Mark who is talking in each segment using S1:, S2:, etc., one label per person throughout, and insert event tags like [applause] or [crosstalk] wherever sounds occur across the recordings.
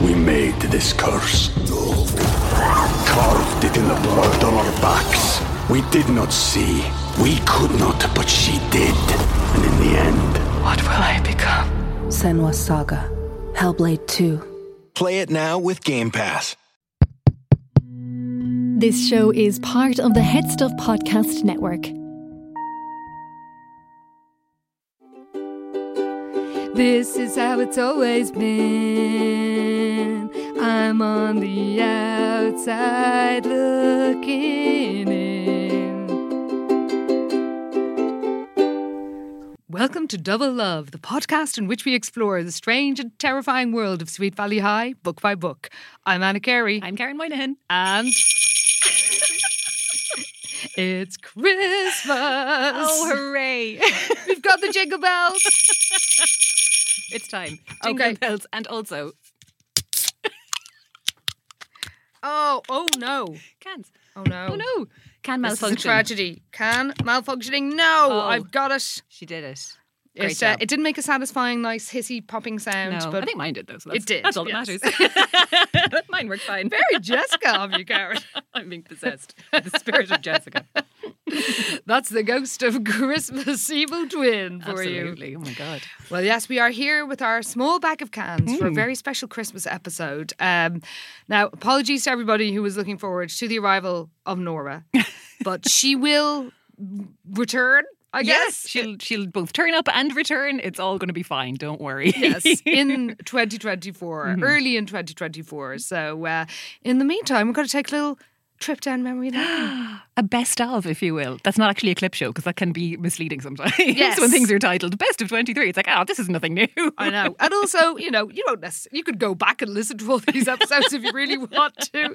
S1: We made this curse. Carved it in the blood on our backs. We did not see. We could not, but she did. And in the end,
S2: What will I become?
S3: Senwa Saga, Hellblade 2.
S4: Play it now with Game Pass.
S5: This show is part of the Head Stuff Podcast Network.
S6: This is how it's always been. I'm on the outside looking in. Welcome to Double Love, the podcast in which we explore the strange and terrifying world of Sweet Valley High, book by book. I'm Anna Carey.
S2: I'm Karen Moynihan.
S6: and. it's Christmas!
S2: Oh, [laughs] hooray.
S6: We've got the jingle bells! [laughs]
S2: it's time. Jingle
S6: Okay.
S2: bells. And also,
S6: Oh, oh no.
S2: cans.
S6: Oh no.
S2: Oh, no. Can
S6: This is a
S2: malfunction.
S6: tragedy. Can malfunctioning? No,
S2: Oh.
S6: I've got it.
S2: She did it. Great
S6: It's, uh,
S2: job.
S6: it didn't make a satisfying, nice hissy popping sound,
S2: no,
S6: but [laughs]
S2: I think mine did, though. So
S6: It
S2: that's,
S6: did,
S2: That's all
S6: yes.
S2: that
S6: [laughs]
S2: matters. mine worked fine. [laughs]
S6: very Jessica of you, Karen.
S2: I'm being possessed. by The spirit of Jessica.
S6: [laughs] That's the ghost of Christmas evil twin [laughs] for you.
S2: Absolutely. Oh, my God.
S6: Well, yes, we are here with our small bag of cans for a very special Christmas episode. Um, now, apologies to everybody who was looking forward to the arrival of [laughs] Nora, but she will return, I guess.
S2: She'll, she'll both turn up and return. It's all going to be fine. Don't worry.
S6: yes, [laughs] in 2024, early in 2024. So, uh, in the meantime, we're going to take a little trip down memory lane.
S2: [laughs] a best of, if you will. That's not actually a clip show because that can be misleading sometimes. [laughs]
S6: Yes.
S2: when things are titled "Best of 23," it's like, oh, this is nothing new.
S6: I know, and also, you know, you don't necessarily, you could go back and listen to all these episodes if you really [laughs] want to.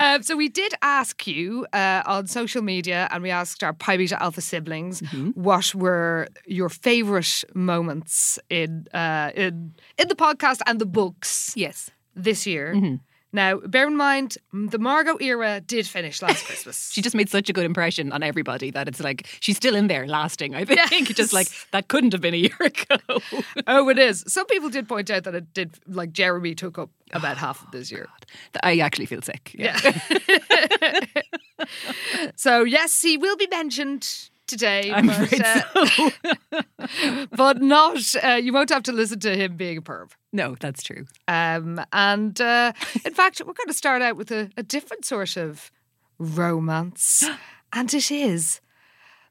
S6: Um, so we did ask you uh, on social media, and we asked our Pi Beta Alpha siblings what were your favourite moments in uh, in in the podcast and the books.
S2: Yes.
S6: this year. Now, bear in mind, m- the Margot era did finish last Christmas.
S2: She just made such a good impression on everybody that it's like she's still in there lasting, I think. Just like that couldn't have been a year [laughs] ago.
S6: oh, it is. Some people did point out that it did, like, Jeremy took up about half of
S2: Oh,
S6: this year.
S2: I actually feel sick.
S6: Yeah. so, yes, he will be mentioned today,
S2: I'm
S6: but,
S2: afraid
S6: uh,
S2: so.
S6: [laughs] but not, uh, you won't have to listen to him being a perv.
S2: no, that's true.
S6: Um, and uh,
S2: [laughs]
S6: in fact, we're going to start out with a, a different sort of
S2: [gasps]
S6: romance, and it is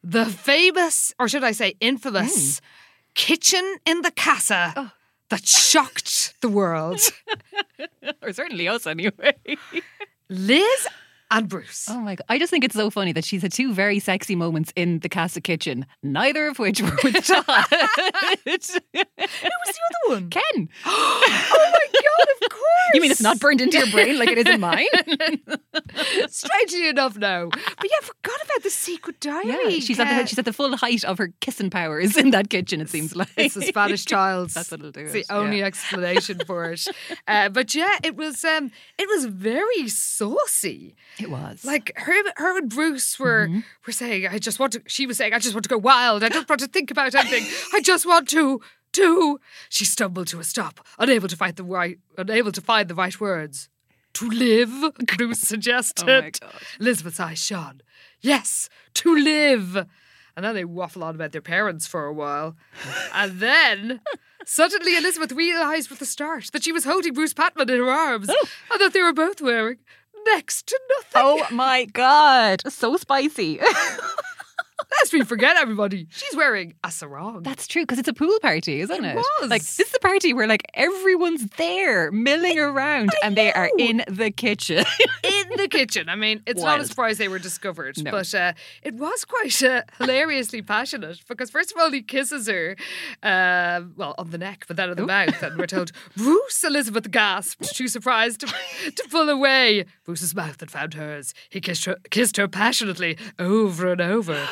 S6: the famous, or should I say,
S2: Mm.
S6: infamous, kitchen in the casa
S2: Oh.
S6: that shocked the
S2: [laughs]
S6: world.
S2: Or certainly us anyway.
S6: Liz and Bruce.
S2: Oh my god. I just think it's so funny that she's had two very sexy moments in the Casa kitchen, neither of which were [laughs] with Todd. [laughs]
S6: Who was [laughs] the other one?
S2: Ken.
S6: oh my god! Of course.
S2: [laughs] You mean it's not burned into your brain like it is in [laughs] mine?
S6: Strangely enough, no. But yeah, I forgot about the secret diary.
S2: Yeah, she's at
S6: Yeah.
S2: the she's at the full height of her kissing powers in that kitchen. It seems like
S6: [laughs] It's the Spanish child's.
S2: [laughs] That's what'll do
S6: It's
S2: it,
S6: the only
S2: yeah.
S6: explanation for it. Uh, but yeah, it was um, it was very saucy.
S2: It was
S6: Like her, her and Bruce were were saying, "I just want to." She was saying, "I just want to go wild. I don't want to think about anything. I just want to." To she stumbled to a stop, unable to find the right, unable to find the right words. To live, Bruce suggested.
S2: God.
S6: Elizabeth's eyes shone. Yes, to live. And then they waffle on about their parents for a while. And then suddenly Elizabeth realised with a start that she was holding Bruce Patman in her arms and that they were both wearing
S2: [laughs]
S6: next to nothing.
S2: Oh my god, so spicy. [laughs]
S6: Let's lest we forget everybody, she's wearing a sarong.
S2: That's true because it's a pool party, isn't it?
S6: was.
S2: Like this is the party where like everyone's there milling around and they are in
S6: [laughs]
S2: the kitchen.
S6: [laughs] Oh in the kitchen. I mean, it's not a
S2: Wild.
S6: surprise they were discovered,
S2: No.
S6: but uh, it was quite uh, hilariously passionate because, first of all, he kisses her, uh, well, on the neck, but then on the mouth, and we're
S2: [laughs]
S6: told, Bruce Elizabeth gasped, too surprised to, to pull away. Bruce's mouth had found hers. He kissed her, kissed her passionately over and
S2: [gasps]
S6: over.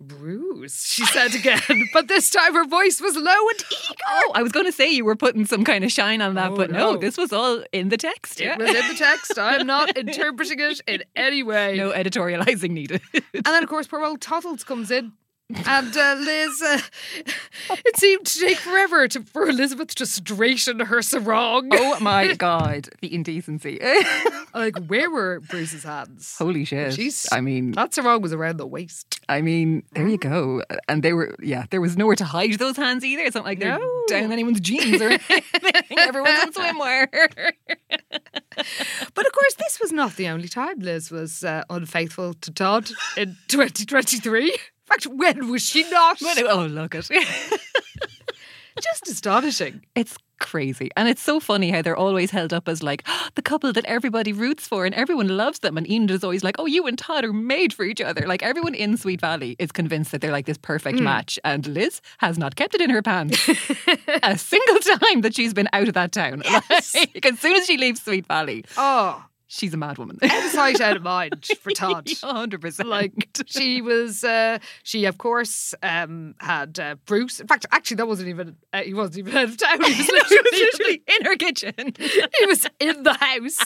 S6: Bruce, she said again, but this time her voice was low and eager.
S2: oh, I was going to say you were putting some kind of shine on that,
S6: Oh,
S2: but no.
S6: no.
S2: this was all in the text. Yeah.
S6: It
S2: [laughs]
S6: was in the text. I'm not interpreting it in any way.
S2: no editorializing needed.
S6: [laughs] And then, of course, poor old Toddles comes in. And uh, Liz, uh, [laughs] it seemed to take forever to, for Elizabeth to straighten her sarong.
S2: oh my god, the indecency.
S6: [laughs]
S2: [laughs]
S6: Like, where were Bruce's hands?
S2: Holy shit.
S6: She's- oh.
S2: I mean,
S6: That sarong was around the waist.
S2: I mean, there
S6: Mm.
S2: you go. And they were, yeah, there was nowhere to hide those hands either. It's not like they're
S6: No.
S2: down anyone's jeans [laughs] or anything. Everyone's
S6: [laughs]
S2: in swimwear.
S6: But of course, this was not the only time Liz was uh, unfaithful to Todd in [laughs] 2023. In fact, when was she not?
S2: oh, look at [laughs]
S6: Just astonishing.
S2: It's crazy. And it's so funny how they're always held up as like [gasps] the couple that everybody roots for and everyone loves them. And Enid is always like, oh, you and Todd are made for each other. Like everyone in Sweet Valley is convinced that they're like this perfect
S6: Mm.
S2: match. And Liz has not kept it in her
S6: [laughs]
S2: pants a single time that she's been out of that town. [laughs] Like, as soon as she leaves Sweet Valley,
S6: Oh,
S2: she's a
S6: [laughs]
S2: mad woman. [laughs]
S6: out of sight, out of mind for Todd.
S2: 100%.
S6: like she was uh, she of course um, had uh, Bruce in fact actually that wasn't even uh, he wasn't even out of town
S2: [laughs]
S6: he was
S2: she
S6: literally,
S2: was literally in her kitchen.
S6: [laughs] he was in the house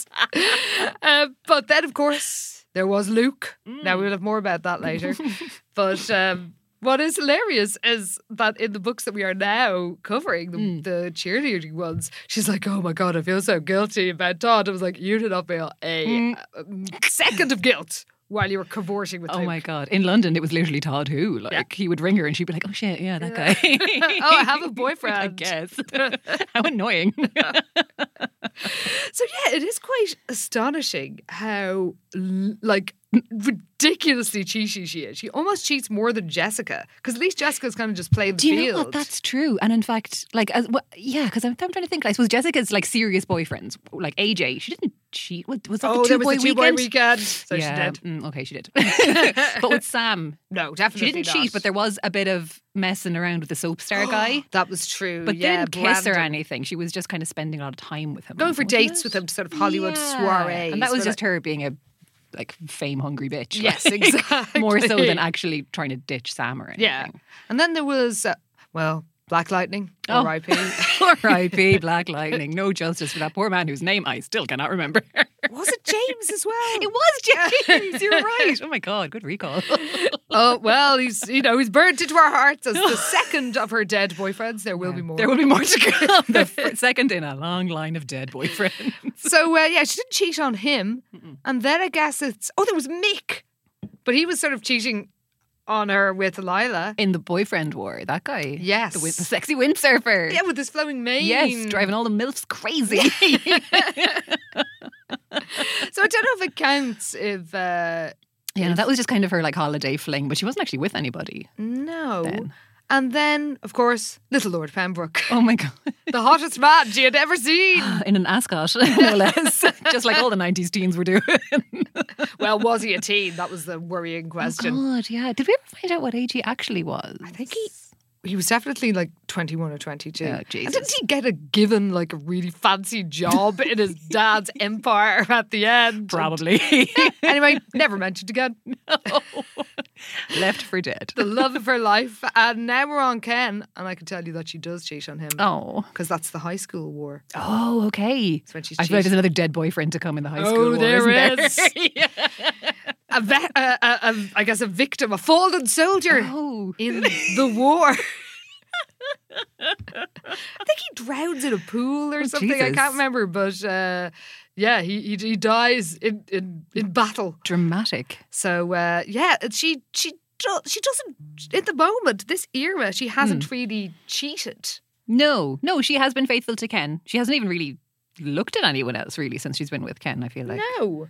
S6: uh, but then of course there was Luke
S2: Mm.
S6: now we'll have more about that later
S2: [laughs]
S6: but um, what is hilarious is that in the books that we are now covering, the,
S2: Mm.
S6: the cheerleading ones, she's like, "Oh my god, I feel so guilty about Todd." I was like, "You did not feel a um, second of guilt while you were cavorting with
S2: Mm. Oh
S6: Luke."
S2: my god! In London, it was literally Todd who, like, he would ring her and she'd be like, "Oh shit, yeah,
S6: [laughs]
S2: that guy."
S6: oh, I have a
S2: [laughs] I
S6: boyfriend. [laughs]
S2: guess. [laughs] How annoying!
S6: So yeah, it is quite astonishing how l- like ridiculously cheaty she is. She almost cheats more than Jessica because at least Jessica's kind of just played the
S2: Do you
S6: field.
S2: know what? That's true. And in fact, like, as, well, yeah, because I'm, I'm trying to think. I suppose Jessica's like serious boyfriends, like AJ. She didn't cheat. Was, was that
S6: oh,
S2: the
S6: there was
S2: two boy
S6: the two boy
S2: weekend?
S6: weekend. So she
S2: yeah.
S6: did.
S2: mm, okay, she did. [laughs] but
S6: [laughs]
S2: with Sam,
S6: No, definitely
S2: she didn't
S6: not.
S2: cheat. But there was a bit of messing around with the
S6: [gasps]
S2: soap star guy.
S6: That was true.
S2: But
S6: yeah,
S2: didn't kiss
S6: Brandon.
S2: or anything. She was just kind of spending a lot of time with him.
S6: Going for
S2: wasn't
S6: dates
S2: it?
S6: with him to sort of Hollywood
S2: Yeah.
S6: soirees. uh,
S2: And that was
S6: We're
S2: just
S6: like,
S2: her being a like fame hungry bitch.
S6: Yes,
S2: [laughs] Like,
S6: exactly.
S2: More so than actually trying to ditch Sam or anything.
S6: Yeah. And then there was, uh, well, Black Lightning,
S2: Oh. [laughs]
S6: R.I.P.
S2: R.I.P. Black Lightning. No justice for that poor man whose name I still cannot remember. it
S6: was it James as well? [laughs]
S2: was James. You're right. [laughs] Oh my God. Good [laughs] recall.
S6: Oh well, he's you know he's burnt into our hearts as
S2: [laughs]
S6: the second of her dead boyfriends. There will be more.
S2: there will be more to come. The fir- second in a long line of dead boyfriends.
S6: So uh, yeah, she didn't cheat on him, and then I guess it's oh there was Mick, but he was sort of cheating on her with Lila.
S2: [laughs] In the boyfriend war, that guy.
S6: Yes.
S2: The, win- the sexy windsurfer.
S6: Yeah, with this flowing mane.
S2: Yes, driving all the MILFs crazy.
S6: So I don't know if it counts. If uh,
S2: [laughs] [laughs] Yeah, no, that was just kind of her like holiday fling, but she wasn't actually with anybody.
S6: no.
S2: Then.
S6: And then, of course, little Lord Pembroke, [laughs]
S2: Oh my god! [laughs]
S6: the hottest man she had ever seen.
S2: [gasps] In an ascot, [laughs] no less, just like all the '90s teens were doing.
S6: Well, was he a teen? That was the worrying question.
S2: God, yeah. Did we ever find out what age he actually was? I think he.
S6: He was definitely like 21 or 22.
S2: Oh,
S6: and
S2: Jesus.
S6: didn't he get a given like a really fancy job in his
S2: [laughs]
S6: dad's empire at the end?
S2: Probably [laughs]
S6: Anyway, never mentioned again.
S2: left for dead.
S6: The love of her life. And now we're on Ken. And I can tell you that she does cheat on him.
S2: [laughs] Oh,
S6: Because that's the high school war.
S2: oh, okay.
S6: That's when she's
S2: I feel like
S6: cheating.
S2: there's another dead boyfriend to come in the high school. war,
S6: Oh, there is.
S2: isn't [laughs]
S6: A ve- a- a- a- I guess a victim, a fallen soldier
S2: [laughs] oh,
S6: in the war. [laughs] I think he drowns in a pool or
S2: Oh,
S6: something. I
S2: Jesus.
S6: can't remember, but uh, yeah, he, he he dies in in, in battle.
S2: dramatic.
S6: So uh, yeah, and she she do- she doesn't at the moment this era she hasn't really cheated.
S2: No, no, she has been faithful to Ken. She hasn't even really looked at anyone else really since she's been with Ken. I feel like.
S6: No.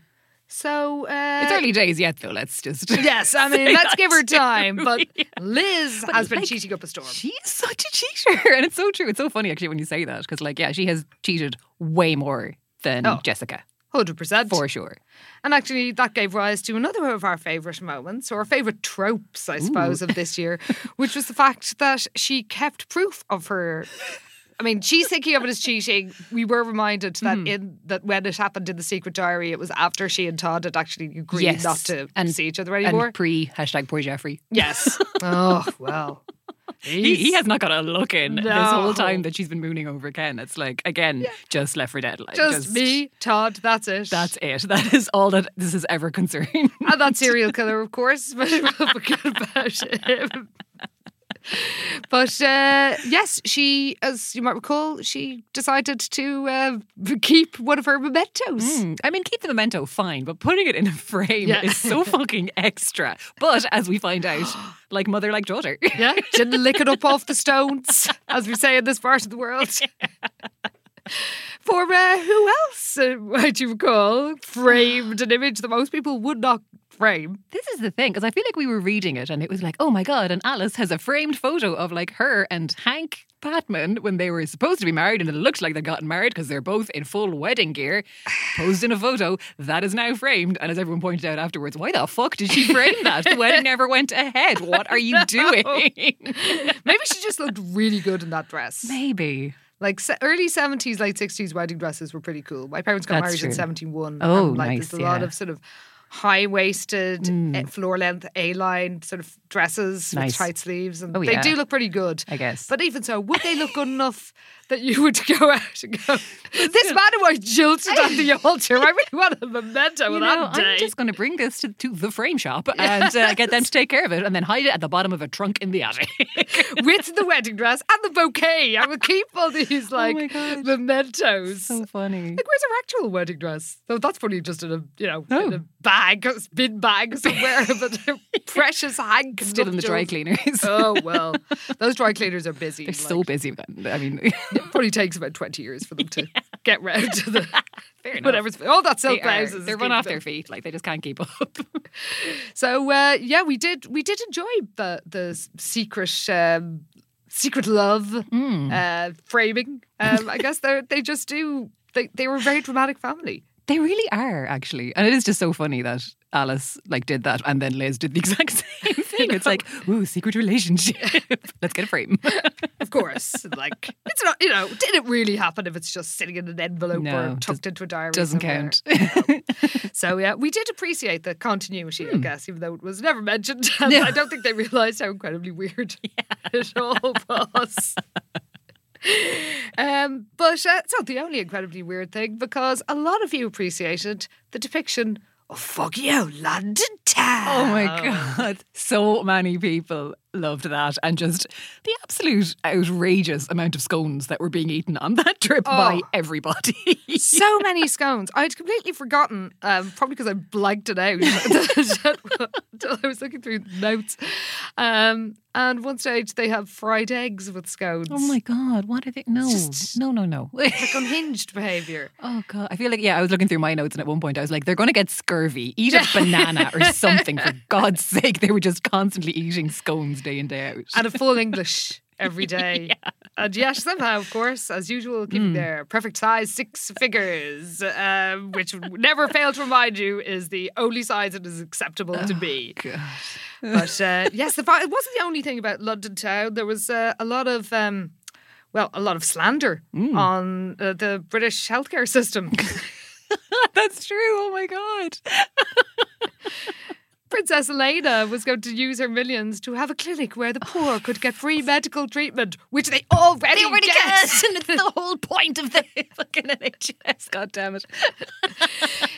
S6: So uh,
S2: It's early days yet, though. Let's [laughs] just.
S6: Yes, [laughs] I mean
S2: say
S6: let's
S2: that
S6: give her
S2: too.
S6: time. But
S2: Yeah.
S6: Liz
S2: But,
S6: has been
S2: like,
S6: cheating up a storm.
S2: She's such a cheater. [laughs] And it's so true. It's so funny, actually, when you say that. Because, like, yeah, she has cheated way more than
S6: Oh.
S2: Jessica,
S6: Hundred percent.
S2: for sure.
S6: And actually, that gave rise to another of our favourite moments, or favourite tropes, I suppose, of this
S2: [laughs]
S6: year, which was the fact that she kept proof of her. I mean, she's thinking of it as cheating. We were reminded that
S2: Hmm.
S6: in that when it happened in the secret diary, it was after she and Todd had actually agreed
S2: Yes,
S6: not to
S2: and-
S6: see each other anymore.
S2: [laughs] And pre hashtag poor Jeffrey. [laughs]
S6: yes. oh well.
S2: He, he has not got a look in this
S6: No.
S2: whole time that she's been mooning over Ken. It's like, again, just left for dead. Like,
S6: just, me, Todd. That's it.
S2: That's it. [laughs] That is all that this is ever concerned.
S6: and that serial killer, of course, [laughs] but we'll forget about him. But uh, yes, she, as you might recall, she decided to uh, keep one of her mementos.
S2: [laughs] Mm, I mean, keep the memento fine, but putting it in a frame
S6: Yeah.
S2: is so fucking extra. But as we find [gasps] out, like mother, like daughter.
S6: Yeah, she didn't lick it up off the stones, as we say in this part of the world. For uh, who else uh, might you recall framed an image that most people would not frame?
S2: This is the thing, because I feel like we were reading it and it was like, oh my God, and Alice has a framed photo of like her and Hank Patman when they were supposed to be married and it looks like they got married because they're both in full wedding gear, posed in a photo that is now framed. And as everyone pointed out afterwards, why the fuck did she frame that?
S6: [laughs]
S2: The wedding never went ahead. What are you [laughs] doing?
S6: Maybe she just looked really good in that dress.
S2: Maybe.
S6: Like se- early seventies, late sixties, wedding dresses were pretty cool. My parents got
S2: That's
S6: married in
S2: true.
S6: seventy one.
S2: Oh,
S6: like,
S2: nice,
S6: There's a lot
S2: yeah. Mm.
S6: of sort of high waisted, floor length, A line sort of dresses with
S2: Nice.
S6: tight sleeves, and
S2: Oh,
S6: they
S2: yeah.
S6: do look pretty good.
S2: I guess.
S6: But even so, would they look good enough that you would go [laughs] out
S2: [laughs]
S6: and go? This man who I jilted at the altar, I really want a memento
S2: You
S6: of
S2: know,
S6: that day.
S2: I'm just going to bring this to, to the frame shop and uh, get them
S6: [laughs]
S2: to take care of it and then hide it at the bottom of a trunk in the attic.
S6: With the wedding dress and the bouquet, I will keep all
S2: [laughs]
S6: these like
S2: Oh my God.
S6: mementos.
S2: [laughs] funny.
S6: Like, where's her actual wedding dress? So that's probably just in a you know in
S2: Oh.
S6: a bag, [laughs] a bin bag somewhere, [laughs] but her precious Hank
S2: [laughs] Still in the dry
S6: nuptials.
S2: cleaners. [laughs]
S6: Oh well, those dry cleaners are busy.
S2: They're so busy. Then. I [laughs] mean,
S6: It probably takes about twenty years for
S2: [laughs]
S6: them to get round to the whatever's all that silk
S2: they are,
S6: blouses. is
S2: they're run
S6: keeping
S2: off
S6: them.
S2: their feet. Like they just can't keep up. [laughs]
S6: So uh, yeah, we did we did enjoy the the s- secret. Um, Secret love
S2: Hmm.
S6: uh, framing. Um, I guess they they just do. They they were a very dramatic family.
S2: they really are actually, and it is just so funny that Alice like did that, and then Liz did the exact [laughs] same thing. It's like, ooh, secret relationship. [laughs] Let's get a frame.
S6: Of course. like it's not you know, did it really happen if it's just sitting in an envelope
S2: No,
S6: or tucked into a diary?
S2: Doesn't
S6: somewhere?
S2: count. [laughs]
S6: So yeah, we did appreciate the continuity,
S2: Hmm.
S6: I guess, even though it was never mentioned. [laughs] And I don't think they realised how incredibly weird
S2: [laughs]
S6: [laughs] it all was. Um, but uh, it's not the only incredibly weird thing because a lot of you appreciated the depiction of foggy old London town.
S2: Oh my God. So many people loved that. And just the absolute outrageous amount of scones that were being eaten on that trip by
S6: Oh.
S2: everybody. [laughs]
S6: so many scones. I'd completely forgotten, um, probably because I blanked it out [laughs] until I was looking through the notes. Um, and one stage they have fried eggs with scones.
S2: oh my God. What are they? No.
S6: Just-
S2: no, no, no. [laughs]
S6: Like unhinged behaviour.
S2: oh God. I feel like, yeah, I was looking through my notes and at one point I was like, they're going to get scurvy. Eat a banana [laughs] or something. For God's sake. They were just constantly eating scones day in, day out.
S6: And a full English [laughs] every day. And yes, somehow, of course, as usual, keeping their perfect size six figures, um, which would never fail to remind you is the only size it is acceptable to be. But [laughs] uh, yes, the, fi- it wasn't the only thing about London town. There was uh, a lot of, um, well, a lot of slander on uh, the British healthcare [laughs] system.
S2: That's true. Oh my God.
S6: Princess Elena was going to use her millions to have a clinic where the poor could get free medical treatment, which they already, get.
S2: and it's the whole point of the fucking NHS. God damn it.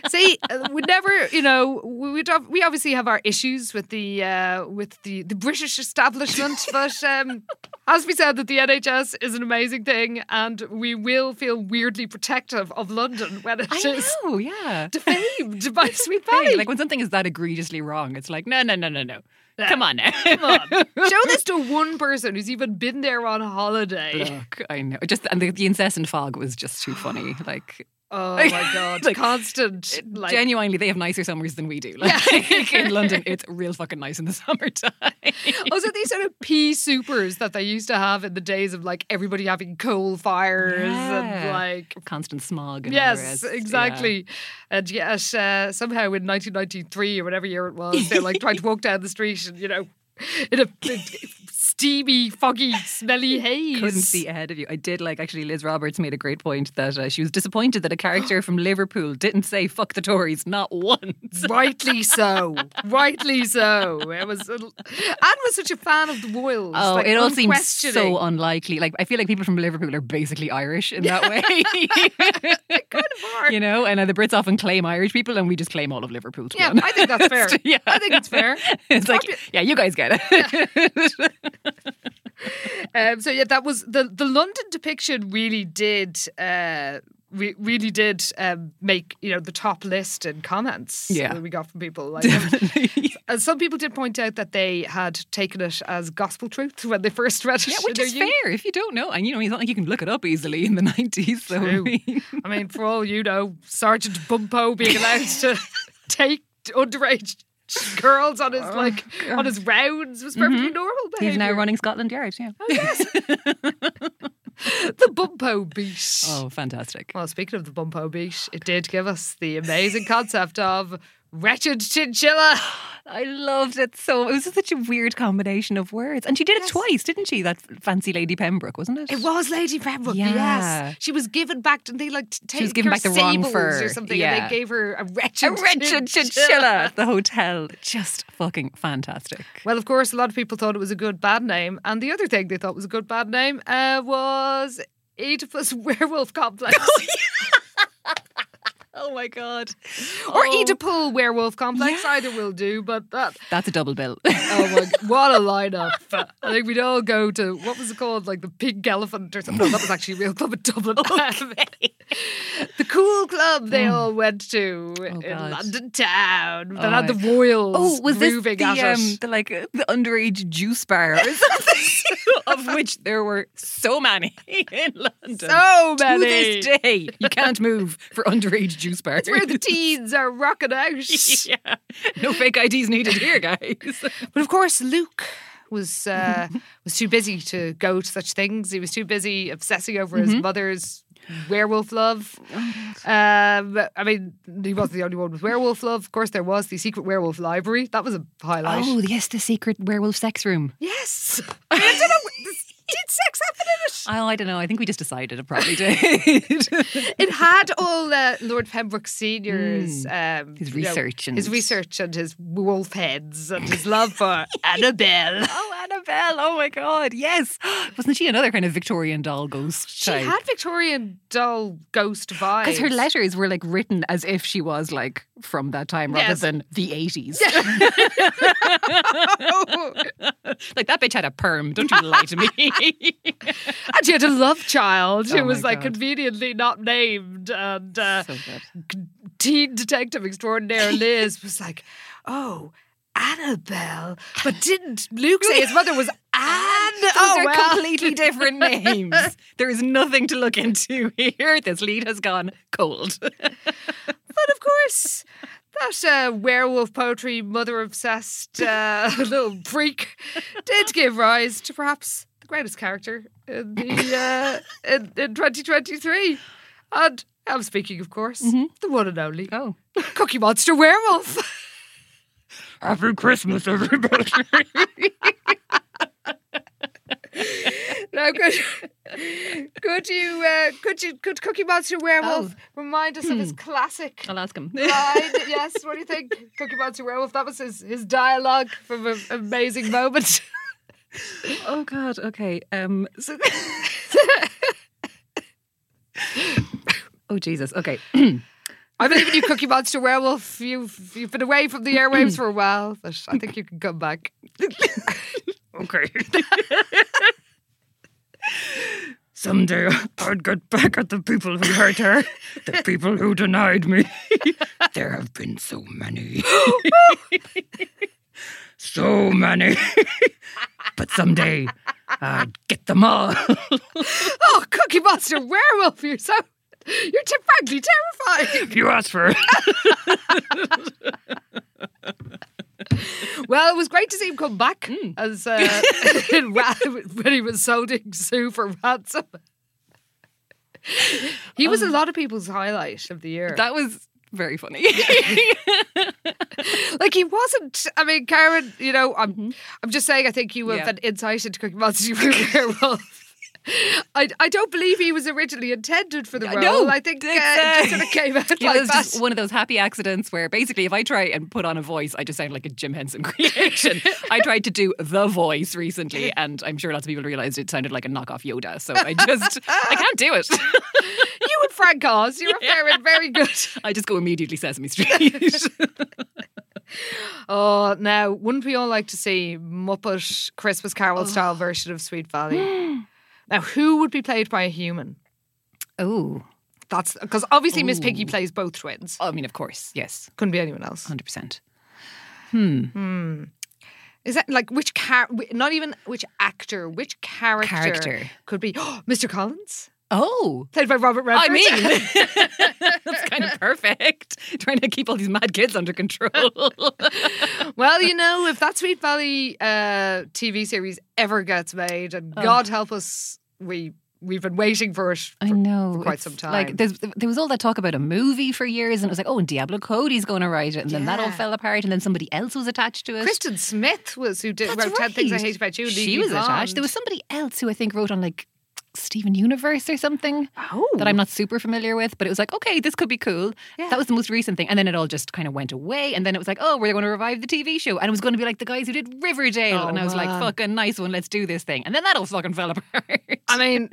S6: See, uh, we never, you know, we we'd ob- we obviously have our issues with the uh, with the, the British
S2: [laughs]
S6: establishment, but um, as we said, that the NHS is an amazing thing, and we will feel weirdly protective of London when it is
S2: know, yeah.
S6: defamed by Sweet
S2: thing.
S6: Valley.
S2: Like when something is that egregiously wrong, it's like, no, no, no, no, no. Come on now.
S6: Come on. [laughs] Show this
S2: [laughs]
S6: to one person who's even been there on holiday.
S2: [gasps] Look, I know. Just and the, the incessant fog was just too funny. Like [laughs]
S6: Oh my god,
S2: Like,
S6: constant. Like,
S2: [laughs] Genuinely, they have nicer summers than we do. [laughs] Like in [laughs] London, it's real fucking nice in the [laughs] summertime.
S6: also these sort of pea supers that they used to have in the days of like everybody having coal fires and
S2: Yeah.
S6: like
S2: Constant smog. And all the
S6: Yes,
S2: rest. Yeah.
S6: exactly. And yet, uh, somehow in 1993 or whatever year it was, they're like trying to walk down the street and, you know, in a, in steamy, foggy, smelly haze.
S2: [laughs] couldn't see ahead of you. I did like actually. Liz Roberts made a great point that uh, she was disappointed that
S6: [gasps]
S2: a character from Liverpool didn't say "fuck the Tories" not once.
S6: Rightly so. Rightly so. It was. Anne was such a fan of the Royals.
S2: Oh,
S6: like,
S2: it all seems
S6: unquestioning.
S2: so unlikely. Like I feel like people from Liverpool are basically Irish in that way.
S6: [laughs]
S2: You know, and uh, the Brits often claim Irish people, and we just claim all of Liverpool. To be
S6: Yeah,
S2: honest.
S6: I think that's fair.
S2: [laughs] Yeah.
S6: I think it's fair.
S2: It's like, yeah, you guys get it.
S6: Um, so yeah, that was the the London depiction really did uh, re- really did um, make you know the top list and comments
S2: Yeah.
S6: that we got from people. Like, and- and some people did point out that they had taken it as gospel truth when they first read it.
S2: [laughs] yeah, which
S6: in
S2: is
S6: their youth.
S2: fair if you don't know. And you know, it's not like you can look it up easily in the nineties. So I
S6: True.
S2: mean,
S6: I mean, for all you know, Sergeant Bumpo being allowed
S2: [laughs]
S6: to take underage girls on his like on his rounds was perfectly normal. Behavior.
S2: Oh, Mm-hmm. [laughs] he's now running Scotland Yard. Yeah.
S6: the Bumpo beat.
S2: Oh, fantastic.
S6: Well, speaking of the Bumpo Beat, it did give us the amazing concept of wretched chinchilla.
S2: I loved it so. It was such a weird combination of words, and she did it twice, didn't she? That fancy lady Pembroke, wasn't
S6: [gasps]
S2: it?
S6: It was Lady Pembroke,
S2: Yeah.
S6: yes. She was given back, didn't they like t- take
S2: was given
S6: her
S2: back the wrong
S6: sables or
S2: fur,
S6: something,
S2: yeah.
S6: and they gave her a wretched,
S2: a wretched chinchilla
S6: [laughs]
S2: at the hotel. Just fucking fantastic.
S6: Well, of course, a lot of people thought it was a good bad name, and the other thing they thought was a good bad name uh, was Oedipus [laughs] Werewolf Complex
S2: Oh my god,
S6: [laughs] or Oedipal Werewolf Complex. Either will do, but that
S2: that's a double bill.
S6: Oh my! g- What a lineup! I think we'd all go to what was it called, like the Pig Elephant or something. No, that was actually a real club in Dublin. [laughs]
S2: [laughs]
S6: the cool club they all went to in
S2: Mm. Oh, God.
S6: London town that
S2: Oh
S6: had
S2: my-
S6: the Royals.
S2: oh, was this
S6: grooving
S2: the,
S6: at it.
S2: um, the like uh, the underage juice
S6: [laughs]
S2: bar or something? of which there were so many in London.
S6: So
S2: to
S6: many.
S2: this day, you can't move for underage juice bars.
S6: It's where the teens are rocking out.
S2: [laughs] yeah, no fake IDs needed here, [laughs] guys.
S6: But of course, Luke was [laughs] uh, was too busy to go to such things. He was too busy obsessing over his mother's werewolf love. Um, I mean, he wasn't the only one with werewolf love. Of course, there was the secret werewolf library. That was a highlight.
S2: Oh yes, the secret werewolf sex room.
S6: [laughs] Yes, I, mean, I don't know. this- Did sex happen in
S2: Oh, I don't know. I think we just decided it [laughs] probably did.
S6: [laughs] it? It had all uh, Lord Pembroke Senior's um,
S2: His
S6: you know,
S2: research and-
S6: his research and his wolf heads and
S2: [laughs]
S6: his love for Annabelle.
S2: [laughs] oh, Annabelle! Oh my God! Yes, [gasps] wasn't she another kind of Victorian doll ghost?
S6: She had Victorian doll ghost vibes.
S2: because her letters were like written as if she was like from that time rather
S6: Yes.
S2: than the eighties.
S6: and
S2: [laughs] like that bitch had a perm. Don't you lie to [laughs] me.
S6: [laughs] she had a love child who
S2: Oh my
S6: was like
S2: God.
S6: conveniently not named. And uh,
S2: So good.
S6: teen detective extraordinaire Liz was like, oh, Annabelle. But didn't Luke say his mother
S2: [laughs]
S6: was Anne?
S2: Those
S6: oh,
S2: are
S6: well.
S2: completely different names. [laughs] there is nothing to look into here. This lead has gone cold.
S6: But of course, that uh, werewolf poetry mother obsessed uh, [laughs] little freak did give rise to perhaps the greatest character in the uh, in, in 2023, and I'm speaking, of course, the one and only
S2: Oh.
S6: Cookie Monster werewolf.
S2: Happy Christmas, everybody.
S6: [laughs] now, could could you uh, could you could Cookie Monster werewolf remind us of his classic?
S2: I'll ask [laughs] him.
S6: line? yes, what do you think? Cookie Monster Werewolf, that was his, his dialogue from an amazing moment.
S2: Oh God. Okay. Um. So. [laughs] oh Jesus. Okay.
S6: I believe in you, Cookie Monster Werewolf. You've you've been away from the airwaves for a while, but I think you can come back.
S2: okay. Someday I'd get back at the people who hurt her, the people who denied me. [laughs] there have been so many. [laughs] so many. [laughs] but someday I'd get them all. [laughs]
S6: Oh, Cookie Monster Werewolf, you're so You're te- frankly terrifying.
S2: You asked for it.
S6: Well, it was great to see him come back as uh, [laughs] in Ra- when he was holding Sue for ransom. He was a lot of people's highlight of the year.
S2: that was very funny.
S6: like he wasn't. I mean, Karen, you know, I'm. I'm just saying. I think you have
S2: Mm-hmm. Yeah.
S6: an insight into Cookie Monster Super Werewolf. [laughs] I, I don't believe he was originally intended for the role.
S2: no,
S6: I think uh,
S2: it's,
S6: it just
S2: uh,
S6: sort of came out
S2: [laughs]
S6: [laughs]
S2: it
S6: like
S2: was
S6: that.
S2: just one of those happy accidents where basically, if I try and put on a voice, I just sound like a Jim Henson [laughs] creation. I tried to do the voice recently, and I'm sure lots of people realized it sounded like a knockoff Yoda. So I just, I can't do it. [laughs]
S6: you and Frank Oz, you were very, very good.
S2: I just go immediately Sesame Street. [laughs]
S6: Oh, now wouldn't we all like to see Muppet Christmas
S2: Oh.
S6: Carol style version of Sweet Valley?
S2: [gasps]
S6: now, who would be played by a human?
S2: oh,
S6: That's because obviously Miss Piggy plays both twins.
S2: I mean, of course, yes,
S6: Couldn't be anyone else.
S2: 100%.
S6: Is that like which char? wh- Not even which actor, which character,
S2: Character.
S6: could be [gasps] Mr. Collins,
S2: Oh,
S6: played by Robert
S2: I
S6: Redford.
S2: mean, [laughs] that's kind of perfect. Trying to keep all these mad kids under control.
S6: [laughs] well, you know, if that Sweet Valley uh, TV series ever gets made, and
S2: Oh.
S6: God help us, we we've been waiting for it.
S2: I
S6: for-
S2: know.
S6: for quite
S2: it's
S6: some time.
S2: Like there's, there was all that talk about a movie for years, and it was like, oh, and Diablo Cody's going to write it, and then that all
S6: Yeah.
S2: fell apart, and then somebody else was attached to it.
S6: Kristen Smith was who did
S2: That's
S6: wrote Ten Things I
S2: right.
S6: Hate About You. and Legally
S2: She was attached. There
S6: Blonde.
S2: was somebody else who I think wrote on like Steven Universe or something
S6: oh.
S2: that I'm not super familiar with, but it was like, okay, this could be cool.
S6: Yeah.
S2: That was the most recent thing. And then it all just kind of went away. And then it was like, oh, we're going to revive the TV show. And it was going to be like the guys who did Riverdale.
S6: Oh,
S2: and I was like,
S6: man.
S2: fucking nice one, let's do this thing. And then that all fucking fell [laughs] apart.
S6: I
S2: [laughs]
S6: mean,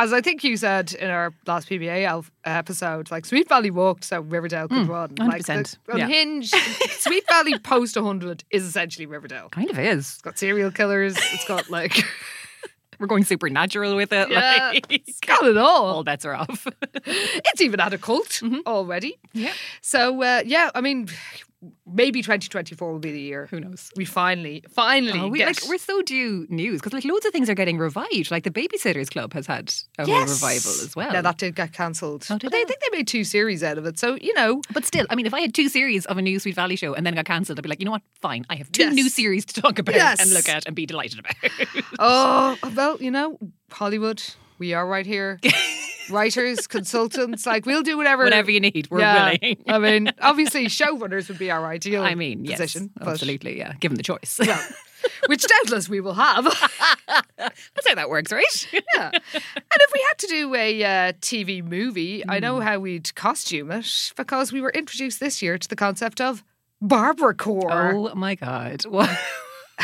S6: as I think you said in our last PBA elf episode, like Sweet Valley walked, so Riverdale could run. Like the
S2: 100%, Hmm. yeah.
S6: unhinged Sweet
S2: [laughs]
S6: Valley post 100 is essentially Riverdale.
S2: kind of is.
S6: It's got serial killers. It's
S2: [laughs]
S6: got like, [laughs]
S2: We're going supernatural with it.
S6: Yeah.
S2: Like,
S6: it's got it
S2: all
S6: all.
S2: bets
S6: [laughs]
S2: are off.
S6: It's even had a cult already.
S2: Mm-hmm. Yeah.
S6: So uh, yeah, I mean, maybe 2024 will be the year.
S2: Who knows?
S6: We finally, finally,
S2: Oh, we,
S6: get,
S2: like we're so due news because like loads of things are getting revived. Like the Babysitters Club has had a whole
S6: Yes.
S2: revival as well.
S6: Now that did get cancelled.
S2: Oh, did
S6: but they, I
S2: it?
S6: think they made two series out of it. So you know, [laughs]
S2: But still, I mean, if I had two series of a new Sweet Valley show and then it got cancelled, I'd be like, you know what? Fine, I have two
S6: Yes.
S2: new series to talk about
S6: Yes.
S2: and look at and be delighted about.
S6: Oh, well, you know, Hollywood, we are right
S2: [laughs]
S6: here. Writers, consultants, like we'll do whatever.
S2: Whatever you need, we're
S6: Yeah.
S2: willing.
S6: I mean, obviously, showrunners would be our ideal
S2: [laughs] I mean, yes,
S6: position. but-
S2: absolutely, yeah. Given the choice,
S6: Well, which doubtless we will have.
S2: [laughs]
S6: [laughs]
S2: that's how that works, right?
S6: yeah. And if we had to do a uh, TV movie, I
S2: Hmm.
S6: know how we'd costume it because we were introduced this year to the concept of Barbara Core.
S2: oh my god, what,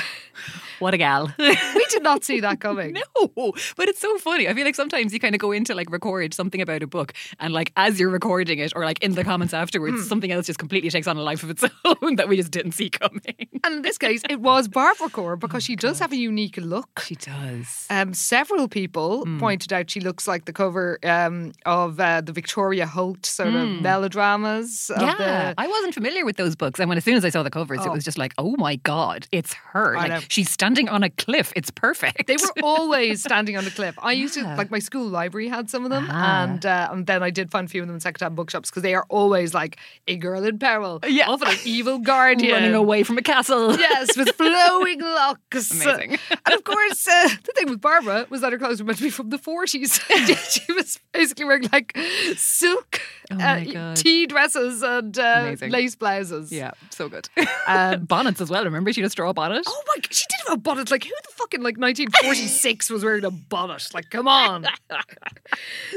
S2: [laughs] what a gal! [laughs]
S6: We did not see that coming.
S2: No, but it's so funny. I feel like sometimes you kind of go into like record something about a book, and like as you're recording it, or like in the comments afterwards,
S6: Hmm.
S2: something else just completely takes on a life of its [laughs] own that we just didn't see coming.
S6: And in this case, it was Barbara Core because she does
S2: Oh,
S6: have a unique look.
S2: She does.
S6: Um, several people
S2: Hmm.
S6: pointed out she looks like the cover um, of uh, the Victoria Holt sort of melodramas. Of
S2: Hmm. Yeah,
S6: the,
S2: I wasn't familiar with those books, and when as soon as I saw the covers, it was just like, oh my god, it's her!
S6: I
S2: Like
S6: know.
S2: she's standing on a cliff. It's perfect. [laughs]
S6: they were always standing on a cliff. I used to like my school library had some of them,
S2: Uh-huh.
S6: and uh, and then I did find a few of them in secondhand bookshops because they are always like a girl in peril,
S2: Yeah.
S6: often an evil guardian
S2: running away from a [laughs] castle.
S6: Yes, with flowing locks.
S2: Amazing.
S6: And of course, uh, the thing with Barbara was that her clothes were meant to be from the
S2: [laughs]
S6: 40s. [laughs] she was basically wearing like silk
S2: Oh
S6: uh,
S2: my God.
S6: tea dresses and uh,
S2: Amazing.
S6: lace blouses.
S2: Yeah, so good.
S6: Um,
S2: [laughs] Bonnets as well. Remember, she had a straw bonnet.
S6: Oh my! g- She did have a bonnet. Like who the fucking like 1946 was wearing a bonnet? Like come
S2: [laughs]
S6: on.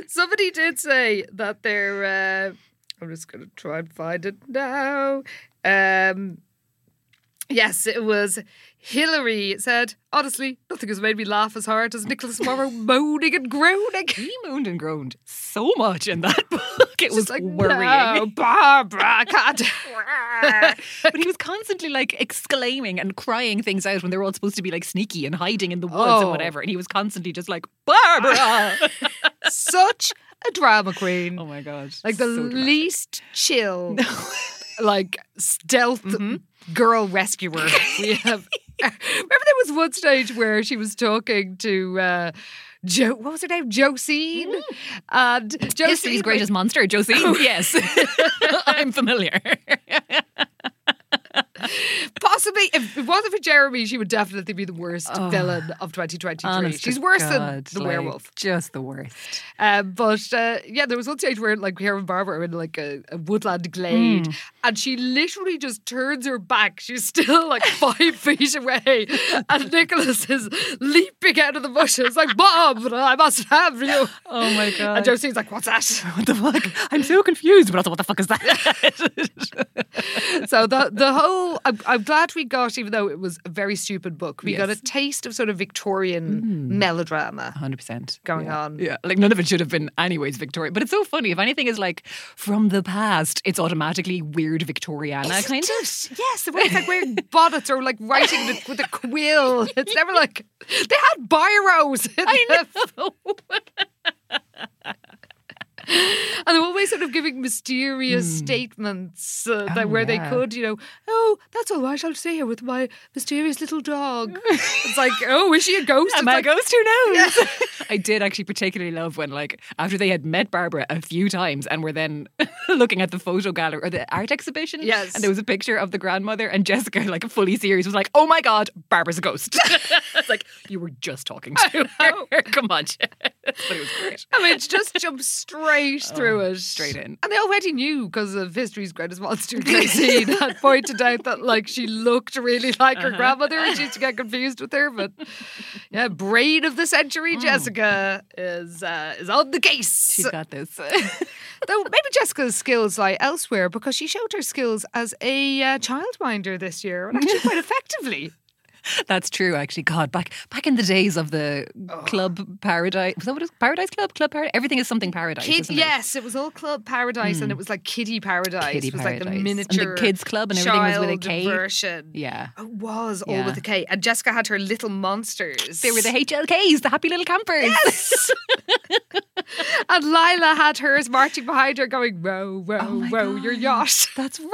S6: Somebody did say that they're. Uh, I'm just gonna try and find it now. Um, yes, it was Hillary said. Honestly, nothing has made me laugh as hard as Nicholas
S2: [laughs]
S6: Morrow moaning and groaning.
S2: He moaned and groaned so much in that [laughs] book. It was
S6: It's like
S2: worrying.
S6: "No, Barbara, I can't.
S2: but he was constantly like exclaiming and crying things out when they were all supposed to be like sneaky and hiding in the woods
S6: Oh.
S2: and whatever. And he was constantly just like, Barbara! [laughs]
S6: Such a drama queen.
S2: oh my God.
S6: like the
S2: So dramatic.
S6: least
S2: [laughs]
S6: chill, like stealth
S2: Mm-hmm.
S6: girl rescuer
S2: [laughs]
S6: we have. Remember, there was one stage where she was talking to. Uh, Jo, what was her name? Josine.
S2: Mm-hmm.
S6: And Josine.
S2: History's greatest monster, Josine. yes. [laughs] I'm familiar.
S6: Possibly, if it wasn't for Jeremy, she would definitely be the worst villain of 2023.
S2: Oh, Honest
S6: She's
S2: to
S6: worse than
S2: God,
S6: the
S2: like,
S6: werewolf.
S2: Just the worst.
S6: Um, but uh, yeah, there was one stage where like her and Barbara are in like a, a woodland glade,
S2: Hmm.
S6: and she literally just turns her back. She's still like [laughs] five feet away, and Nicholas is leaping out of the bushes like, "Bob, I must have you!"
S2: Oh my
S6: And
S2: God.
S6: Josine's like, "What's that?"
S2: [laughs] what the fuck? I'm so confused, but also, what the fuck is [laughs] that?
S6: so the the whole I'm, I'm glad we got even though it was a very stupid book we got a
S2: Yes. Hmm.
S6: taste of sort of Victorian melodrama
S2: 100%.
S6: going on
S2: Yeah, like none of it should have been, anyways, Victoria. But it's so funny. If anything is like from the past, it's automatically weird Victoriana kind of. [laughs]
S6: yes the way it's like wearing [laughs] bonnets or like writing with, with a quill it's never like they had biros in I know [laughs] and they're always sort of giving mysterious statements uh, that where
S2: Hmm. Oh, yeah.
S6: they could you know oh that's all right I'll stay here with my mysterious little
S2: [laughs]
S6: dog it's like oh is she a ghost It's
S2: Am I a
S6: like,
S2: ghost? Who knows? [laughs] I did actually particularly love when, like, after they had met Barbara a few times and were then [laughs] looking at the photo gallery or the art exhibition.
S6: Yes.
S2: And there was a picture of the grandmother and Jessica, like, fully serious, was like, oh my God, Barbara's a ghost. [laughs] it's like, you were just talking to her. [laughs] Come on, Jess. But it was great.
S6: I mean, it just jump
S2: [laughs]
S6: straight through it.
S2: Oh, straight in.
S6: And they already knew because of History's Greatest
S2: [laughs]
S6: Monster, Christine had pointed out that, like, she looked really like
S2: Uh-huh.
S6: her grandmother and she used to get confused with her. But yeah, brain of the century,
S2: Mm.
S6: Jessica is uh, is on the case.
S2: She's got this.
S6: Though maybe Jessica's skills lie elsewhere because she showed her skills as a uh, childminder this year and actually
S2: [laughs]
S6: quite effectively.
S2: That's true, actually. God, back back in the days of the club paradise, was that what it was? Paradise club, club paradise. Everything is something paradise.
S6: Kid,
S2: isn't it? Mm.
S6: yes, it was all Club Paradise, and it was like Kiddie Paradise.
S2: Kiddie
S6: it was like
S2: Paradise.
S6: the
S2: And the
S6: miniature
S2: kids' club and everything was with a
S6: child
S2: K.
S6: version.
S2: Yeah.
S6: it was all
S2: Yeah.
S6: with a K. And Jessica had her little monsters.
S2: They
S6: [laughs]
S2: were the HLKs, the happy little campers.
S6: and Lila had hers marching behind her, going row, row, row your yacht.
S2: [laughs] That's right. [laughs]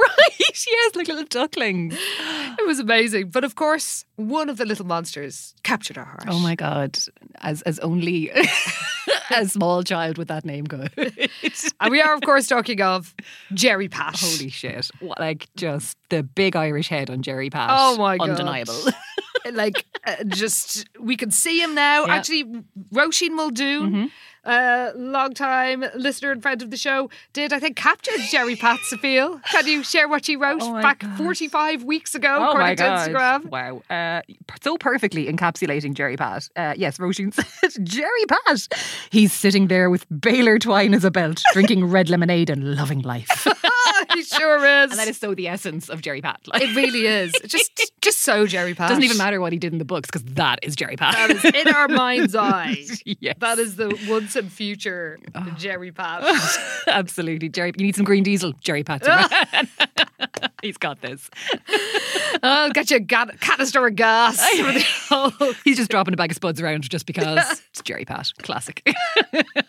S2: Yes, like little ducklings.
S6: [laughs] It was amazing. But of course, one of the little monsters captured her heart.
S2: Oh my god. As as only [laughs] a small child with that
S6: [laughs]
S2: name goes.
S6: And we
S2: [laughs]
S6: are, of course, talking of Jerry Pat.
S2: Holy shit. What, like just the big Irish head on Jerry Pat.
S6: Oh my God.
S2: Undeniable.
S6: [laughs] like uh, just we can see him now.
S2: Yeah. Mm-hmm.
S6: Actually, Roisin Muldoon, uh, long time listener and friend of the show, did I think capture Jerry Pat's appeal? Can you share what she wrote
S2: Oh my
S6: back
S2: God.
S6: 45 weeks ago
S2: Oh my
S6: according to
S2: god!
S6: Instagram?
S2: Wow, uh, so perfectly encapsulating Jerry Pat. Uh, yes, Roisin [laughs] says Jerry Pat. He's sitting there with Baylor twine as a [laughs] belt, drinking red lemonade and loving life.
S6: [laughs] Oh, he sure is.
S2: [laughs] and that is so the essence of Jerry Pat. Like,
S6: it really is. [laughs] Just just so Jerry Pat.
S2: [laughs] doesn't even matter what he did in the books because that is Jerry Pat.
S6: That is in our mind's [laughs] eye.
S2: Yes.
S6: That is the once and future Jerry Pat.
S2: [laughs]
S6: [laughs]
S2: Absolutely, Jerry. You need some green diesel, Jerry Pat. [laughs] He's got this.
S6: I'll Oh, get you a ga- canister of [laughs] gas. for the whole
S2: [laughs] He's just dropping a bag of spuds around just because [laughs] it's Jerry Pat. Classic.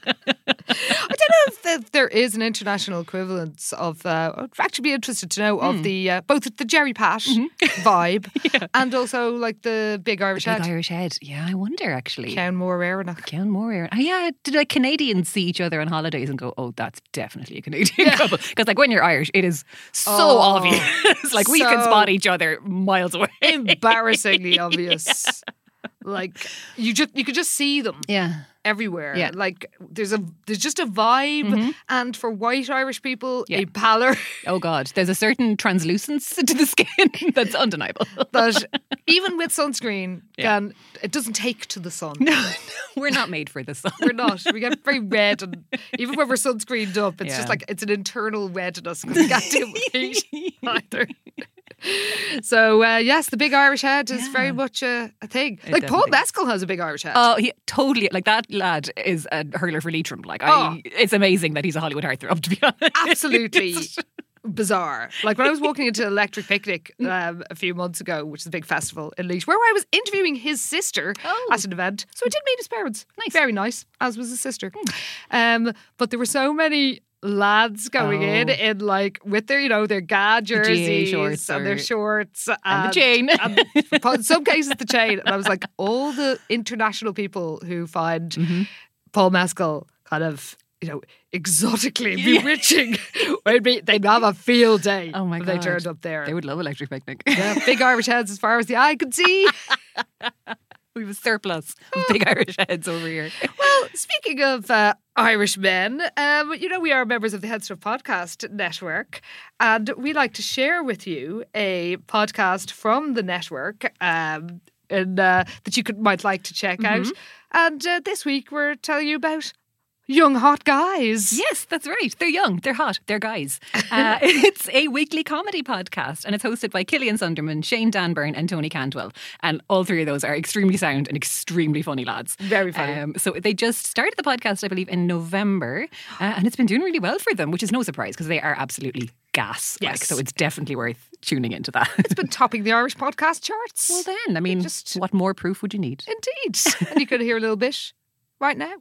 S6: I don't know if the, there is an international equivalence of. Uh, I'd actually be interested to know of the uh, both the Jerry Pat [laughs] vibe and also like Mm-hmm. the Big Irish
S2: Big
S6: Head.
S2: Irish head. Yeah, I wonder actually.
S6: Count more [laughs] Arena.
S2: Ken Moore. era. Oh, yeah, did like Canadians see each other on holidays and go, "Oh, that's definitely a Canadian couple"? Because like when you're Irish, it is so
S6: Oh,
S2: obvious. [laughs] like we can
S6: so-
S2: spot each other miles away.
S6: Embarrassingly obvious. Like you just you could just see them
S2: yeah,
S6: everywhere.
S2: Yeah. Mm-hmm.
S6: Like there's a there's just a vibe, and for white Irish people,
S2: Yeah.
S6: a
S2: [laughs]
S6: pallor.
S2: Oh God, there's a certain translucence to the skin [laughs]
S6: [laughs]
S2: that's undeniable.
S6: That even with sunscreen,
S2: Yeah.
S6: can it doesn't take to the sun.
S2: We're not made for this.
S6: We're not. We get very red, and even when we're sunscreened up, it's just
S2: Yeah.
S6: like it's an internal redness because we can't
S2: [laughs]
S6: deal with heat either. So uh, yes, the big Irish head is very much a, a thing. like Paul
S2: definitely is.
S6: Mescal has a big Irish head.
S2: [laughs] Oh, he totally like that lad is a hurler for Leitrim. Like, I, it's amazing that he's a Hollywood heartthrob. To be honest,
S6: Oh.
S2: [laughs]
S6: Absolutely. Bizarre. Like when I was walking into Electric Picnic
S2: Mm.
S6: um, a few months ago, which is a big festival in Leash, where I was interviewing his sister
S2: Oh.
S6: at an
S2: Hmm.
S6: event. So I did meet his parents. Nice. Very nice, as was his sister. Um, but there were so many lads going in
S2: Oh.
S6: in like with their you know their ga jerseys
S2: shorts
S6: and their
S2: or-
S6: shorts and,
S2: And the
S6: [laughs]
S2: chain.
S6: and the- in some cases the chain. And I was like, all the international people who find
S2: Mm-hmm.
S6: Paul Mescal kind of. You know, exotically bewitching. [laughs] would be- They'd have a field day.
S2: Oh my
S6: if
S2: god!
S6: They turned up there.
S2: They would love Electric Picnic.
S6: Yeah, big Irish heads as far as the eye could see.
S2: [laughs] we have a surplus of
S6: [laughs]
S2: big Irish heads over here.
S6: Well, speaking of uh, Irish men, um, you know, we are members of the Headstuff Podcast Network, and we like to share with you a podcast from the network um, and, uh, that you could, might like to check out. And uh, this week, we're telling you about young hot guys.
S2: Yes, that's right. They're young, they're hot, they're
S6: [laughs]
S2: guys. Uh, it's a weekly comedy podcast, and it's hosted by Killian Sunderman, Shane Danburn, and Tony Cantwell. And all three of those are extremely sound and extremely funny lads.
S6: Very funny.
S2: Um, so they just started the podcast, I believe, in November, uh, and it's been doing really well for them, which is no surprise because they are absolutely gas. like,
S6: Yes.
S2: so it's definitely worth tuning into that.
S6: It's been topping the Irish podcast charts.
S2: [laughs] well, then, I mean,
S6: just-
S2: what more proof would you need?
S6: Indeed. and you could hear a little bit right now.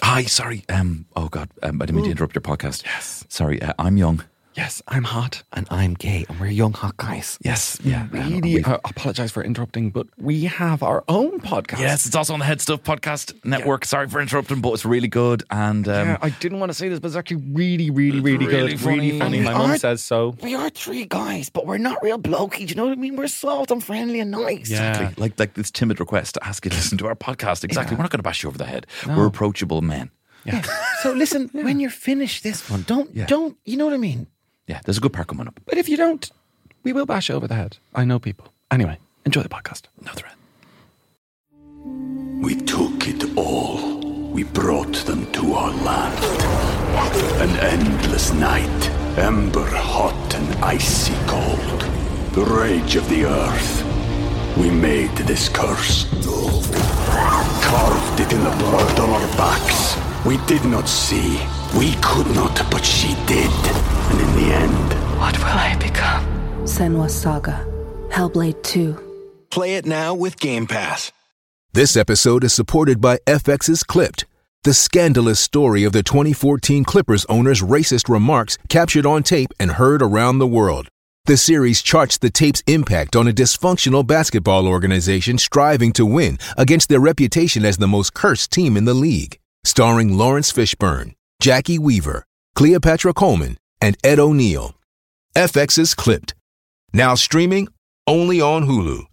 S7: Hi, sorry. Um, oh God, um, I didn't mean to interrupt your podcast. Yes, sorry. Uh, I'm young.
S8: Yes, I'm hot and I'm gay and we're young hot guys.
S7: Yes, yeah. um,
S8: Really,
S7: we've-
S8: I apologize for interrupting, but we have our own podcast.
S7: yes, it's also on the Head Stuff Podcast Network. Sorry for interrupting, but it's really good. And um,
S8: Yeah, I didn't want to say this, but it's actually really, really, really,
S7: really
S8: good.
S7: funny. And
S8: My
S7: we
S8: mom
S7: are-
S8: says so.
S9: we are three guys, but we're not real blokey. Do you know what I mean? We're soft and friendly and nice.
S8: Yeah.
S7: like, like like this timid request to ask you to listen to our podcast. Exactly. We're not going to bash you over the head. We're approachable men.
S9: Yeah. [laughs] so listen, when you're finished this one, don't
S7: Yeah.
S9: don't you know what I mean?
S7: Yeah, there's a good part coming up.
S8: But if you don't, we will bash you over the head. I know people. Anyway, enjoy the podcast.
S7: No threat.
S1: We took it all. We brought them to our land. An endless night, ember hot and icy cold. The rage of the earth. We made this curse. Carved it in the blood on our backs. We did not see. We could not, but she did. And in the end,
S3: What will I become? Senwa Saga. Hellblade 2.
S4: Play it now with Game Pass.
S10: This episode is supported by FX's Clipped, the scandalous story of the 2014 Clippers owner's racist remarks captured on tape and heard around the world. The series charts the tape's impact on a dysfunctional basketball organization striving to win against their reputation as the most cursed team in the league. Starring Lawrence Fishburne, Jackie Weaver, Cleopatra Coleman, and Ed O'Neill. FX's Clipped. Now streaming only on Hulu.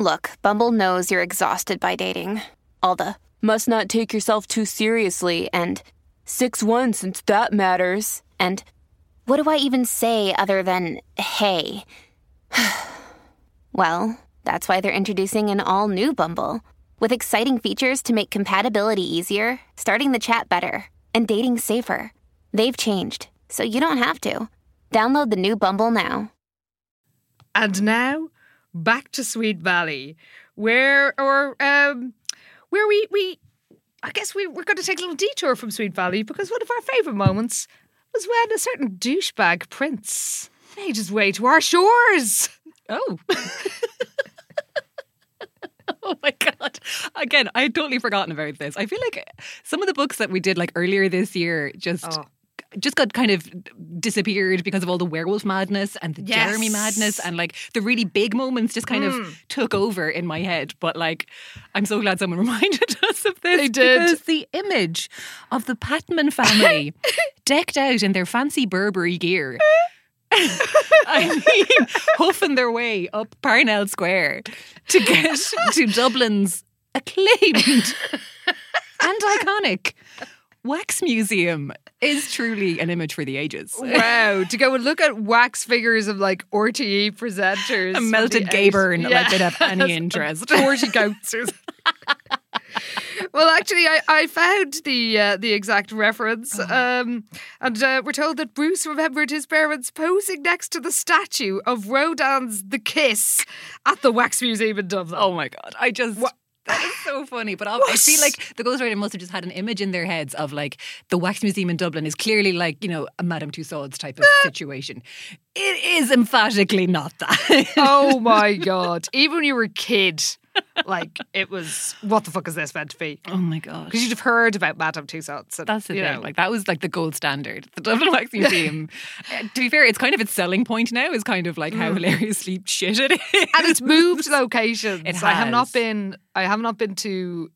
S11: Look, Bumble knows you're exhausted by dating. All the must not take yourself too seriously and 6 1 since that matters. And what do I even say other than hey? well, that's why they're introducing an all new Bumble with exciting features to make compatibility easier, starting the chat better, and dating safer. They've changed, so you don't have to. Download the new Bumble now.
S6: And now back to Sweet Valley, where or um, where we we I guess we we're going to take a little detour from Sweet Valley because one of our favourite moments was when a certain douchebag prince made his way to our shores.
S2: Oh. [laughs] Oh my god! Again, I had totally forgotten about this. I feel like some of the books that we did like earlier this year just
S6: Oh.
S2: just got kind of disappeared because of all the werewolf madness and the Jeremy
S6: Yes.
S2: madness and like the really big moments just kind
S6: Hmm.
S2: of took over in my head. But like, I'm so glad someone [laughs] reminded us of this.
S6: They did.
S2: because the image of the
S6: [laughs]
S2: Patman family decked out in their fancy Burberry gear. [laughs] I mean, hoofing their way up Parnell Square
S6: [laughs]
S2: to get to Dublin's acclaimed and iconic wax museum is truly an image for the ages.
S6: Wow! [laughs] to go and look at wax figures of like RTE presenters,
S2: A
S6: from
S2: melted
S6: the
S2: gay
S6: 80s.
S2: burn, like they'd have [laughs] any
S6: Yes.
S2: interest.
S6: Forty goats or something. well, actually, I, I found the uh, the exact reference,
S2: Uh-huh.
S6: um, and uh, we're told that Bruce remembered his parents posing next to the statue of Rodin's The Kiss at the Wax Museum in Dublin.
S2: Oh my god! I just. That is so funny, but I, I feel like the ghostwriter must have just had an image in their heads of like the wax museum in Dublin is clearly like you know a Madame Tussauds type of situation. It is emphatically not that. [laughs]
S6: Oh my god! Even when you were a kid, like it was what the fuck is this meant to be?
S2: Oh my god!
S6: Because you'd have heard about Madame Tussauds. And,
S2: That's the
S6: you
S2: thing.
S6: know.
S2: Like that was like the gold standard. The Dublin [laughs] Wax Museum. Uh, to be fair, it's kind of its selling point now is kind of like how
S6: Mm.
S2: hilariously shit it is.
S6: and it's
S2: [laughs]
S6: moved locations.
S2: It
S6: I have not
S2: has.
S6: been. I have not been to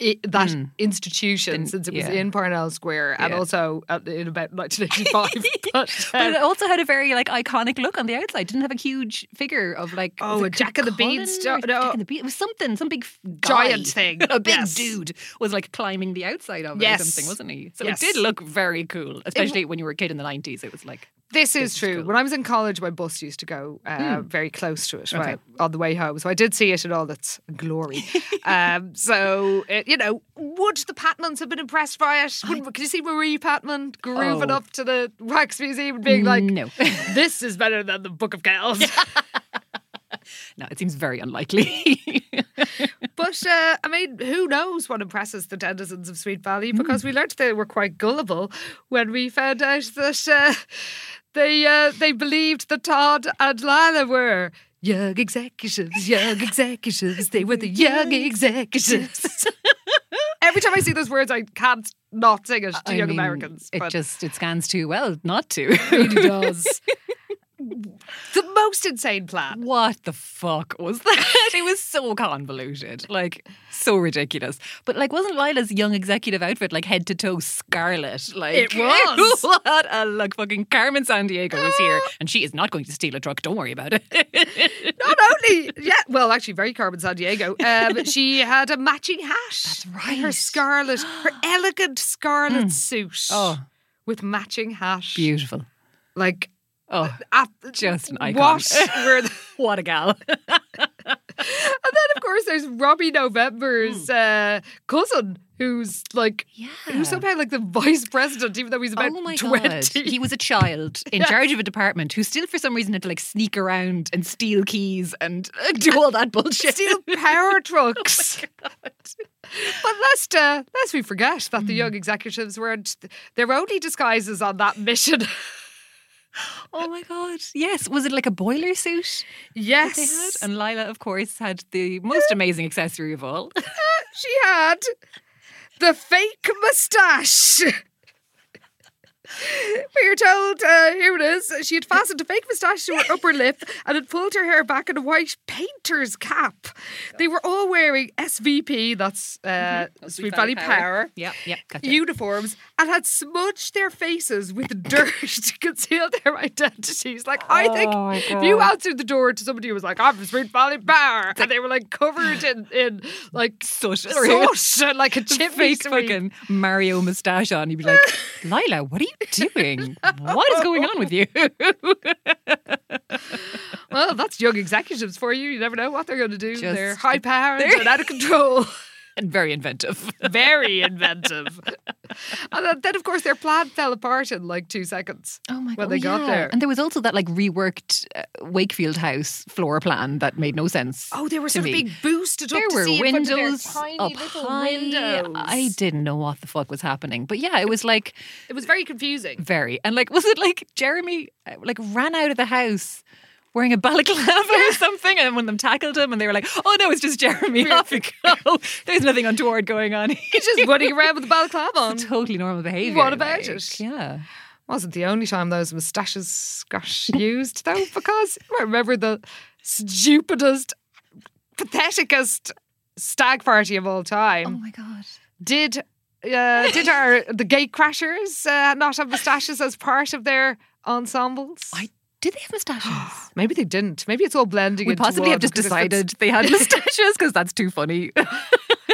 S6: i that
S2: Mm.
S6: institution since it was
S2: yeah.
S6: in Parnell Square and
S2: Yeah.
S6: also at, in
S2: [laughs]
S6: about 1985. but,
S2: But uh, it
S6: um,
S2: also had a very like iconic look on the outside. Didn't have a huge figure of like
S6: Oh,
S2: was it
S6: a Jack of the
S2: Cullen
S6: Beanstalk-
S2: or
S6: no.
S2: Jack of the Bee- It was something, some big f-
S6: Giant
S2: guy.
S6: thing,
S2: [laughs] a big
S6: yes.
S2: dude was like climbing the outside of it
S6: Yes.
S2: or something, wasn't he? So
S6: Yes.
S2: it did look very cool, especially when you were a kid in the nineties. It was like
S6: this is true. When I was in college, my bus used to go uh,
S2: Mm.
S6: very close to it
S2: Okay.
S6: right, on the way home, so I did see it in all its
S2: [laughs]
S6: glory. um, so it, you know, would the Patmans have been impressed by it? Would, could you see Marie Patman grooving
S2: Oh.
S6: up to the Wax Museum and being like,
S2: no, [laughs]
S6: "This is better than the Book of Kells."
S2: no, it seems very unlikely. [laughs]
S6: But uh, I mean, who knows what impresses the denizens of Sweet Valley?
S2: Hmm.
S6: Because we learnt they were quite gullible when we found out that uh, they uh, they believed that Todd and Lila were young executives, young executives. They
S2: [laughs]
S6: were the young executives. [laughs] Every time I see those words, I can't not sing it to
S2: I
S6: young
S2: mean,
S6: Americans.
S2: It
S6: but-
S2: just it scans too well not [laughs] to.
S6: really does. the most insane plan.
S2: What the fuck was that? [laughs] It was so convoluted, like so ridiculous. But like, wasn't Lila's young executive outfit like head to toe scarlet? Like
S6: It was.
S2: [laughs] What a look! Fucking Carmen San Diego was
S6: [gasps]
S2: here, and she is not going to steal a truck. Don't worry about it.
S6: [laughs]
S2: [laughs]
S6: Not only, yeah, well, actually, very Carmen San Diego.
S2: [laughs]
S6: Um, she had a matching hat. That's right. Her scarlet,
S2: [gasps]
S6: her elegant scarlet suit.
S2: Oh.
S6: with matching hat.
S2: Beautiful.
S6: Like,
S2: oh,
S6: At,
S2: just an icon. [laughs]
S6: what were the,
S2: what a gal!
S6: and then of course there's Robbie
S2: Hmm.
S6: November's uh, cousin, who's like, who's somehow like the vice president, even though he's [laughs] about
S2: Oh my god,
S6: twenty.
S2: he was a child in
S6: Yeah.
S2: charge of a department who still, for some reason, had to like sneak around and steal keys and uh, [laughs]
S6: [laughs]
S2: do all that bullshit. [laughs] Oh
S6: Steal power trucks. But lest, uh, lest we forget that the
S2: Hmm.
S6: young executives weren't their only disguises on that
S2: [laughs]
S6: mission.
S2: Oh my god! Yes, was it like a boiler suit? that
S6: Yes,
S2: they had? And Lila, of course, had the most amazing accessory of all.
S6: she had the fake moustache. [laughs] We were told, uh, here it is, she had fastened a fake moustache to her
S2: [laughs]
S6: upper lip and had pulled her hair back in a white painter's cap. They were all wearing SVP, that's uh,
S2: Mm-hmm.
S6: Sweet Valley Power,
S2: [laughs] Yep, yep, gotcha. [laughs]
S6: uniforms, and had smudged their faces with dirt [laughs] to conceal their identities. Like, I think
S2: Oh, my
S6: if you
S2: God.
S6: answered the door to somebody who was like, I'm from Sweet Valley Power, and they were like covered in, in like
S2: Soot.
S6: sauce [laughs] and
S2: [laughs]
S6: like a chip
S2: Fake fucking Mario moustache on. You'd be like, Lila, what are you doing? What is going on with you? [laughs]
S6: Well, that's young executives for you. You never know what they're going to do. they're
S2: Just-
S6: high powered
S2: they're-
S6: and out of
S2: [laughs]
S6: control.
S2: and very inventive.
S6: Very inventive. [laughs] and then, then, of course, their plan fell apart in like two seconds.
S2: Oh my
S6: When they
S2: oh,
S6: got
S2: yeah.
S6: there.
S2: And there was also that like reworked uh, Wakefield House floor plan that made no sense.
S6: Oh, they were
S2: to
S6: sort of
S2: me.
S6: being boosted up
S2: There
S6: to
S2: were
S6: see in front of their
S2: windows
S6: tiny
S2: up
S6: little
S2: high.
S6: windows.
S2: I didn't know what the fuck was happening, but yeah, it was like
S6: It was very [laughs] confusing.
S2: very and like was it like Jeremy uh, like ran out of the house wearing a balaclava or [laughs] something, and one of them tackled him, and they were like, "Oh no, it's just Jeremy. Off you go. [laughs] There's nothing untoward going on." He's
S6: Just running around with [laughs] the balaclava on.
S2: totally normal behavior.
S6: What about
S2: like,
S6: it?
S2: Yeah.
S6: Wasn't the only time those moustaches got used, though, because I remember the stupidest, patheticest stag party of all time.
S2: Oh my god.
S6: did uh, did our the gate crashers uh, not have moustaches as part of their ensembles?
S2: I did they have mustaches? [gasps]
S6: Maybe they didn't. Maybe it's all blending.
S2: we
S6: into
S2: possibly
S6: one
S2: have just
S6: because if it's-
S2: decided
S6: [laughs]
S2: they had mustaches because that's too funny.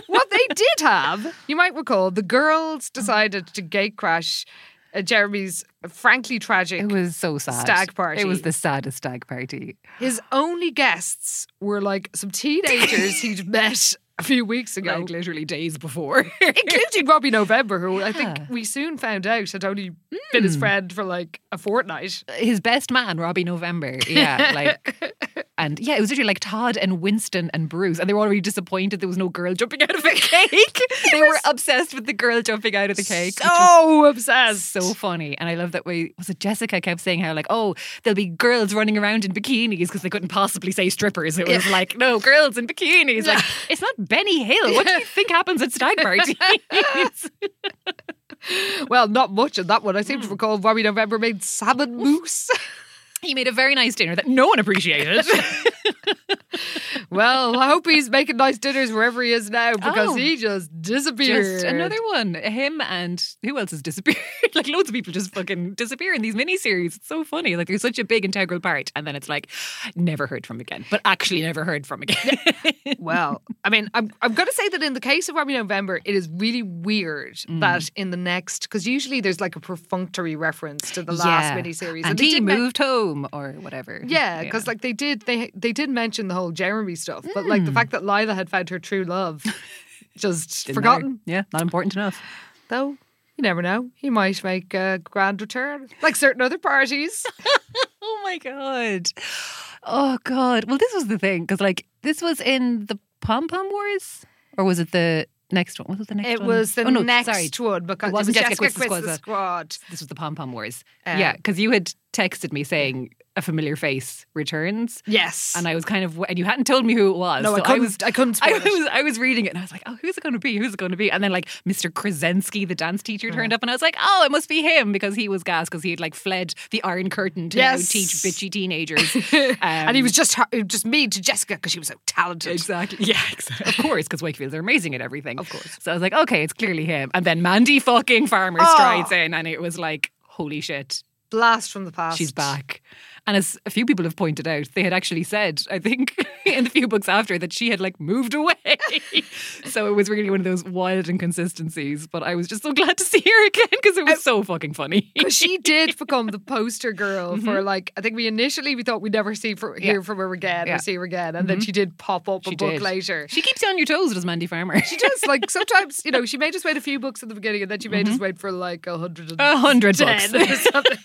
S6: what they did have. You might recall the girls decided to gate crash uh, Jeremy's frankly tragic.
S2: It was so sad.
S6: Stag party.
S2: It was the saddest stag party.
S6: His only guests were like some
S2: [laughs]
S6: teenagers he'd met a few weeks ago.
S2: Like literally days before.
S6: including Robbie November, who I
S2: Yeah. Hmm.
S6: think we soon found out had only been his friend for like a fortnight. [laughs]
S2: His best man, Robbie November. Yeah, like And yeah, it was literally like Todd and Winston and Bruce. And they were already disappointed there was no girl jumping out of a [laughs]
S6: [laughs]
S2: cake. they were obsessed with the girl jumping out of the cake. which
S6: So obsessed.
S2: So funny. And I love that way. Was it Jessica kept saying how, like, oh, there'll be girls running around in bikinis because they couldn't possibly say strippers. It was
S6: Yeah.
S2: like, no, girls in
S6: [laughs]
S2: bikinis. Like, it's not Benny Hill. What do you think happens at stag parties?
S6: [laughs]
S2: [laughs]
S6: well, not much in that one. I seem to recall Robbie November made salmon mousse.
S2: he made a very nice dinner that no one appreciated.
S6: [laughs] well, I hope he's making nice dinners wherever he is now because
S2: Oh.
S6: he just disappeared.
S2: Just another one. Him and who else has disappeared? [laughs] like loads of people just fucking disappear in these miniseries. It's so funny. Like they're such a big integral part, and then it's like never heard from again. But actually, never heard from again. [laughs]
S6: well, I mean, I'm, I'm going to say that in the case of Robbie November, it is really weird
S2: Mm.
S6: that in the next, because usually there's like a perfunctory reference to the last
S2: Yeah.
S6: miniseries.
S2: and,
S6: they
S2: he
S6: did men-
S2: moved home or whatever.
S6: yeah, because like they did, they they did mention the whole Jeremy stuff, but like the fact that Lila had found her true
S2: [laughs]
S6: love, just
S2: Mm. Didn't matter.
S6: forgotten.
S2: Yeah, not important enough.
S6: Though you never know, he might make a grand return, like certain other
S2: [laughs]
S6: parties.
S2: Oh my god. Oh god. Well, this was the thing because like this was in the Pom Pom Wars, or was it the next one? Was it the next
S6: It
S2: one?
S6: was the
S2: Oh, no,
S6: next
S2: sorry.
S6: one because it was
S2: wasn't
S6: Jessica,
S2: Quist's
S6: Quist's
S2: squad.
S6: squad.
S2: This was the Pom Pom Wars.
S6: Um,
S2: yeah, because you had texted me saying a familiar face returns.
S6: Yes,
S2: And I was kind of, and you hadn't told me who it was.
S6: No, I
S2: so
S6: couldn't-
S2: was,
S6: I couldn't
S2: [laughs] I
S6: spoil it.
S2: was, I was reading it, and I was like, "Oh, who's it going to be? Who's it going to be?" And then like Mr. Krasinski, the dance teacher,
S6: Mm.
S2: turned up, and I was like, "Oh, it must be him," because he was gas because he had like fled the Iron Curtain to now
S6: Yes.
S2: teach bitchy teenagers.
S6: [laughs] [laughs] and he was just her, just mean to Jessica because she was so talented.
S2: um, Exactly. [laughs] Yeah, exactly. Of course, because Wakefields are amazing at everything. Of course. Ah. So I was like, okay, it's clearly him. And then Mandy fucking Farmer
S6: Oh.
S2: strides in, and it was like, holy shit,
S6: Blast from the past.
S2: she's back. And as a few people have pointed out, they had actually said, I think, [laughs] in the few books after, that she had like moved away. [laughs] so it was really one of those wild inconsistencies. But I was just so glad to see her again because it was so fucking funny.
S6: Because she did become the poster girl
S2: Mm-hmm.
S6: for like I think we initially we thought we'd never see for, hear from her again
S2: Yeah. Mm-hmm.
S6: or see her again, and then she did pop up
S2: She
S6: a book
S2: did.
S6: later.
S2: She keeps you on your toes, does Mandy Farmer.
S6: She does like sometimes you know she made us wait a few books at the beginning, and then she made us wait for like a hundred and
S2: Mm-hmm. A hundred
S6: ten
S2: [laughs] books.
S6: or something.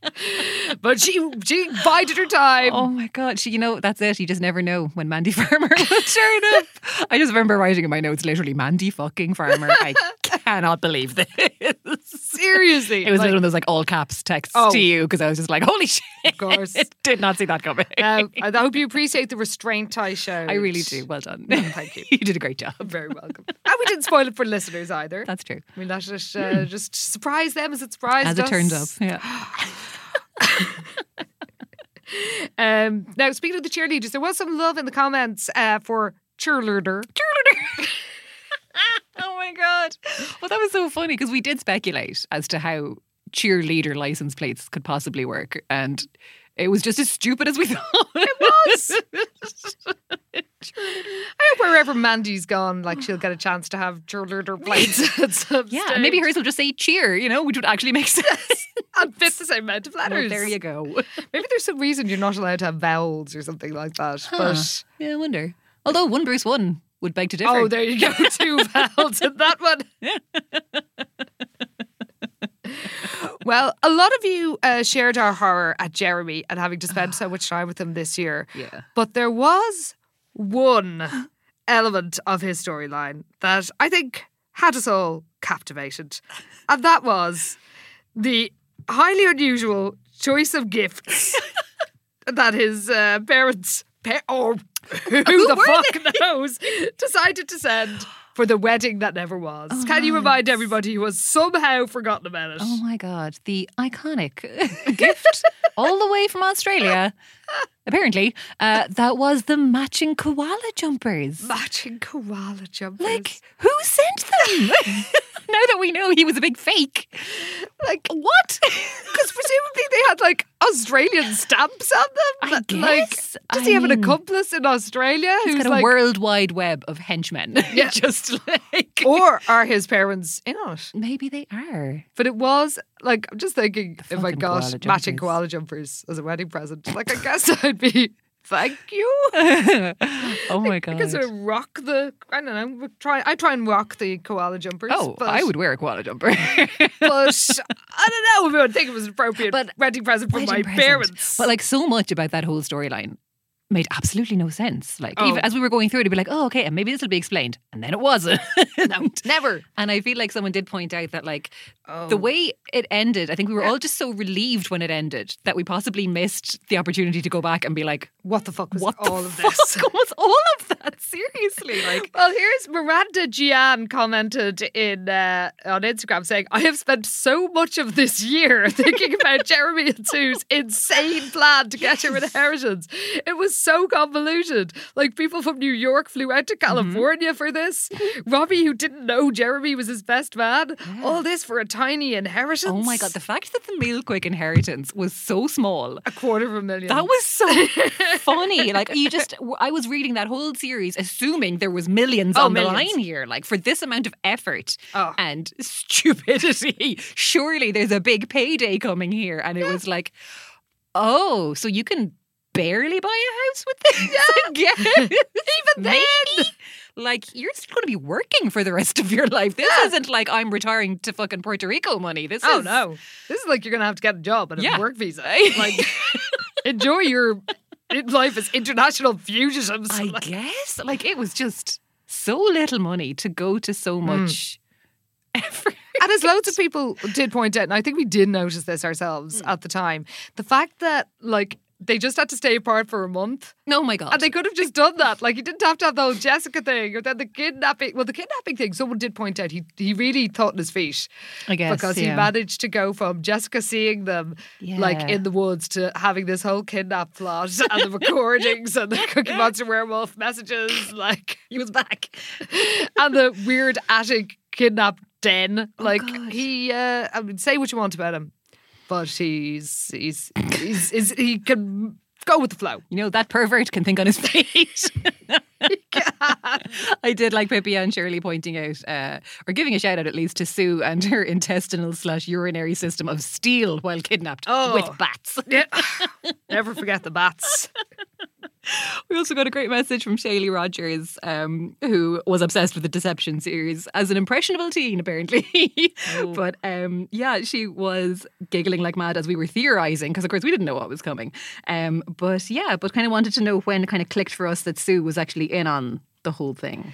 S6: But, but she she bided her time.
S2: Oh my god! She, you know, that's it. You just never know when Mandy [laughs] Farmer will turn up. I just remember writing in my notes, literally, Mandy fucking Farmer. [laughs] I cannot believe this. It was
S6: Seriously,
S2: one
S6: like,
S2: of those like all caps texts
S6: Oh.
S2: to you because I was just like, holy shit! Of
S6: course.
S2: [laughs] did not see that coming. [laughs]
S6: now, I hope you appreciate the restraint I showed.
S2: I really do. Well done.
S6: thank you.
S2: [laughs] you did a great job.
S6: Very welcome. and we didn't spoil it for listeners either.
S2: That's true.
S6: I mean, that just, uh, just surprised them as it surprised
S2: As it
S6: us.
S2: turned up, yeah.
S6: Um, now, speaking of the cheerleaders, there was some love in the comments uh, for cheerleader. [laughs]
S2: Oh my god! [gasps] Well, that was so funny because we did speculate as to how cheerleader license plates could possibly work, and it was just as stupid as we [laughs] thought. It was.
S6: I hope wherever Mandy's gone, like she'll get a chance to have cheerleader
S2: [laughs]
S6: plates at some
S2: Yeah,
S6: stage.
S2: and maybe hers will just say cheer, you know, which would actually make [laughs] sense.
S6: and fit the same amount of letters.
S2: Well, there you go.
S6: Maybe there's some reason you're not allowed to have vowels or something like that. But
S2: Yeah, I wonder. Although one Bruce one would beg to differ.
S6: oh, there you go, [laughs] two vowels in that one. Well, a lot of you uh, shared our horror at Jeremy and having to spend so much time with him this year.
S2: [sighs] Yeah.
S6: But there was one [gasps] element of his storyline that I think had us all captivated, and that was the highly unusual choice of
S2: [laughs]
S6: gifts that his uh, parents, pa- or [laughs] who, [laughs] the
S2: were
S6: fuck knows, decided to send. For the wedding that never was. Can you remind everybody who has somehow forgotten about it?
S2: Oh my god, the iconic [laughs] gift all the way from [laughs] Australia. Apparently, uh, that was the matching koala jumpers.
S6: matching koala jumpers.
S2: Like, who sent [laughs] them? now that we know he was a big fake.
S6: like
S2: [laughs] What?
S6: because presumably they had like Australian stamps on them.
S2: I
S6: That,
S2: guess.
S6: Like, does
S2: I
S6: he have an
S2: mean,
S6: accomplice in Australia
S2: [laughs] He's
S6: who's
S2: got a
S6: like,
S2: world wide web of henchmen.
S6: Yeah.
S2: [laughs] Just like.
S6: [laughs] or are his parents in it?
S2: Maybe they [laughs] are.
S6: But it was like I'm just thinking, if I
S2: fucking
S6: got
S2: koala
S6: matching
S2: jumpers.
S6: koala jumpers as a wedding present, like I guess [laughs] I'd be Thank you.
S2: oh
S6: [laughs]
S2: my
S6: I can
S2: god.
S6: sort of rock the. I don't know. Try. I try and rock the koala jumpers.
S2: Oh,
S6: but,
S2: I would wear a koala [laughs] jumper.
S6: [laughs] but I don't know if I would think it was appropriate. But wedding present for
S2: Wedding
S6: my
S2: present.
S6: parents.
S2: But like so much about that whole storyline made absolutely no sense. Like
S6: Oh.
S2: even as we were going through it, it'd be like, oh, okay, and maybe this will be explained. And then it wasn't. [laughs] no,
S6: never.
S2: And I feel like someone did point out that like the way it ended, I think we were all just so relieved when it ended that we possibly missed the opportunity to go back and be like, [laughs]
S6: what the [laughs] fuck
S2: was what
S6: all of
S2: this? was all of that? Seriously, like.
S6: Well, here's Miranda Gian commented in uh, on Instagram saying, "I have spent so much of this year [laughs] thinking about Jeremy and Sue's insane plan to get her inheritance. It was so convoluted. Like people from New York flew out to
S2: Mm-hmm.
S6: California for this. Robbie, who didn't know Jeremy was his best man, all this for a tiny inheritance.
S2: Oh my god, the fact that the Milquick inheritance was so small.
S6: A quarter of a million.
S2: That was so
S6: [laughs]
S2: funny. Like you just I was reading that whole series assuming there was millions
S6: Oh,
S2: on the
S6: millions. Oh.
S2: line here. Like for this amount of effort and stupidity, [laughs] surely there's a big payday coming here. And it was like, oh, so you can barely buy a house with this [laughs] again. Even then. Like you're still going to be working for the rest of your life. This isn't like I'm retiring to fucking Puerto Rico money. This
S6: oh
S2: is [laughs]
S6: no, this is like you're gonna have to get a job and a
S2: Yeah.
S6: work visa. Like enjoy your life as international [laughs] fugitives.
S2: I guess. Like it was just so little money to go to so much. [laughs]
S6: And as loads of people did point out, and I think we did notice this ourselves at the time, the fact that like they just had to stay apart for a month.
S2: No, Oh my God.
S6: And they could have just done that. Like you didn't have to have the whole Jessica thing or then the kidnapping. Well, the kidnapping thing, someone did point out he he really thought on his feet.
S2: I guess,
S6: Because he
S2: yeah.
S6: managed to go from Jessica seeing them like
S2: Yeah.
S6: in the woods to having this whole kidnap plot and
S2: [laughs]
S6: the recordings and the Cookie Monster werewolf messages. Like
S2: he was back.
S6: and the weird attic kidnap den.
S2: Oh,
S6: Like he, uh, I mean, say what you want about him, but he's he's he's, he's he can go with the flow.
S2: You know, that pervert can think on his [laughs] feet. [laughs] I did like Pippi and Shirley pointing out, uh, or giving a shout out at least to Sue and her [laughs] intestinal slash urinary system of steel while kidnapped
S6: Oh.
S2: with bats. [laughs]
S6: Never forget the bats.
S2: We also got a great message from Shaylee Rogers, um, who was obsessed with the Deception series as an impressionable teen, apparently. [laughs] but um, yeah, she was giggling like mad as we were theorizing, because of course we didn't know what was coming. Um, but yeah, but kind of wanted to know when it kind of clicked for us that Sue was actually in on the whole thing.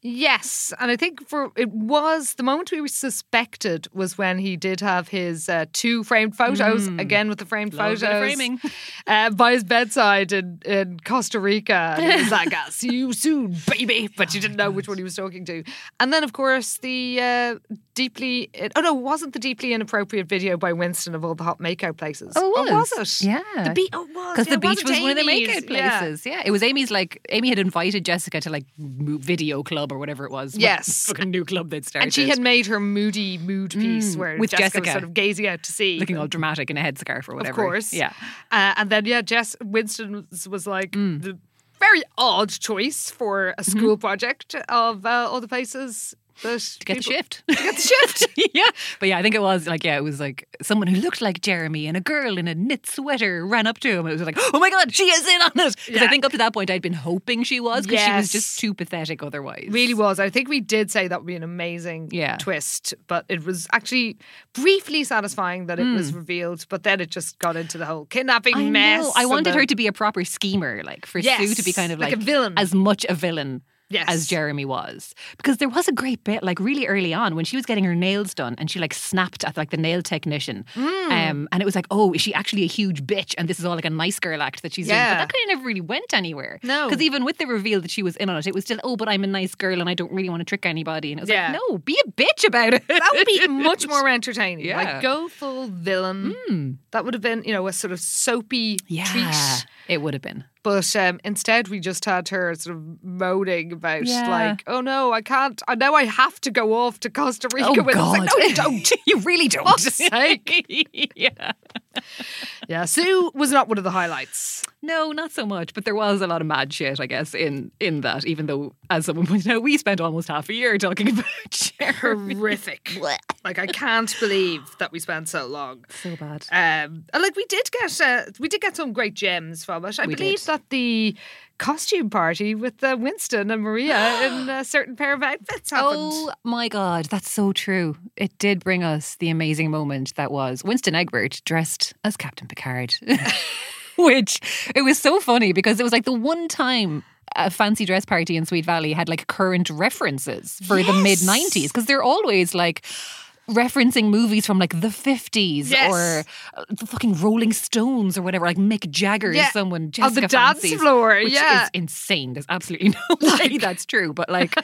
S6: Yes, and I think for it was the moment we were suspected was when he did have his uh, two framed photos
S2: Mm.
S6: again with the framed
S2: Love a
S6: photos
S2: bit of framing.
S6: uh, by his bedside in, in Costa Rica. And he was like, "I'll see you soon, baby," but you didn't know which one he was talking to. And then, of course, the uh, deeply oh no, it wasn't the deeply inappropriate video by Winston of all the hot makeout places? Or was it?
S2: Oh, Yeah.
S6: the beach. Oh, it was
S2: Because
S6: Yeah,
S2: the
S6: it
S2: beach
S6: at
S2: was one of the
S6: Amy's.
S2: makeout
S6: Yeah.
S2: places. Yeah. It was Amy's, like, Amy had invited Jessica to, like, mo- video club or whatever it was. what
S6: Yes.
S2: Fucking new club they'd started.
S6: And she had made her moody mood piece
S2: Mm,
S6: where
S2: with
S6: Jessica, was
S2: Jessica.
S6: sort of gazing out to sea.
S2: looking all dramatic in a headscarf or whatever.
S6: Of course.
S2: Yeah.
S6: Uh, and then, yeah, Jess Winston was, was like
S2: Mm.
S6: the very odd choice for
S2: Mm-hmm.
S6: a school project of uh, all the places that. To
S2: get the shift.
S6: [laughs] To get the shift.
S2: [laughs] yeah. But yeah, I think it was like, yeah, it was like someone who looked like Jeremy and a girl in a knit sweater ran up to him. It was like, oh my God, she is in on it. Because I
S6: Yeah.
S2: think up to that point I'd been hoping she was because she
S6: Yes.
S2: was just too pathetic otherwise.
S6: Really was. I think we did say that would be an amazing
S2: Yeah.
S6: twist, but it was actually briefly satisfying that it was
S2: Mm.
S6: revealed, but then it just got into the whole kidnapping
S2: I
S6: mess.
S2: know. I
S6: and
S2: wanted
S6: the-
S2: her to be a proper schemer, like for Sue to be
S6: Yes,
S2: kind of
S6: like
S2: like,
S6: a villain.
S2: as much a villain
S6: Yes.
S2: as Jeremy was. Because there was a great bit, like really early on, when she was getting her nails done, and she like snapped at like the nail technician,
S6: Mm.
S2: um, and it was like, oh, is she actually a huge bitch? And this is all like a nice girl act that she's doing.
S6: Yeah.
S2: But that kind of never really went anywhere.
S6: No.
S2: because even with the reveal that she was in on it, it was still, oh, but I'm a nice girl and I don't really want to trick anybody. And it was
S6: Yeah.
S2: like, no, be a bitch about it.
S6: That would be
S2: [laughs]
S6: much more entertaining.
S2: Yeah. Hmm.
S6: Like go full villain. That would have been, you know, a sort of soapy treat.
S2: it would have been.
S6: But um, instead, we just had her sort of moaning about
S2: Yeah.
S6: like, "Oh no, I can't. I now I have to go off to Costa Rica."
S2: Oh,
S6: with us." Like,
S2: God.
S6: no, you
S2: [laughs]
S6: don't. [laughs]
S2: you really don't.
S6: Fuck's sake.
S2: yeah. [laughs]
S6: Yeah, Sue was not one of the highlights.
S2: No, not so much. But there was a lot of mad shit, I guess, in in that. Even though, as someone pointed out, we spent almost half a year talking about [laughs] Jeremy.
S6: horrific. like I can't believe that we spent so long.
S2: So bad.
S6: Um, and like we did get uh, we did get some great gems from it. I
S2: We
S6: believe
S2: did.
S6: that the costume party with uh, Winston and Maria [gasps] in a certain pair of outfits happened.
S2: Oh my God, that's so true. It did bring us the amazing moment that was Winston Egbert dressed as Captain Picard, [laughs] which it was so funny because it was like the one time a fancy dress party in Sweet Valley had like current references for the mid 90s because they're always like referencing movies from like the 50s
S6: Yes.
S2: or uh, the fucking Rolling Stones or whatever like Mick Jagger
S6: Yeah,
S2: is someone
S6: on the
S2: Jessica
S6: dance
S2: fancies,
S6: floor,
S2: which
S6: yeah.
S2: is insane there's absolutely [laughs] no way that's true but
S6: [laughs]
S2: like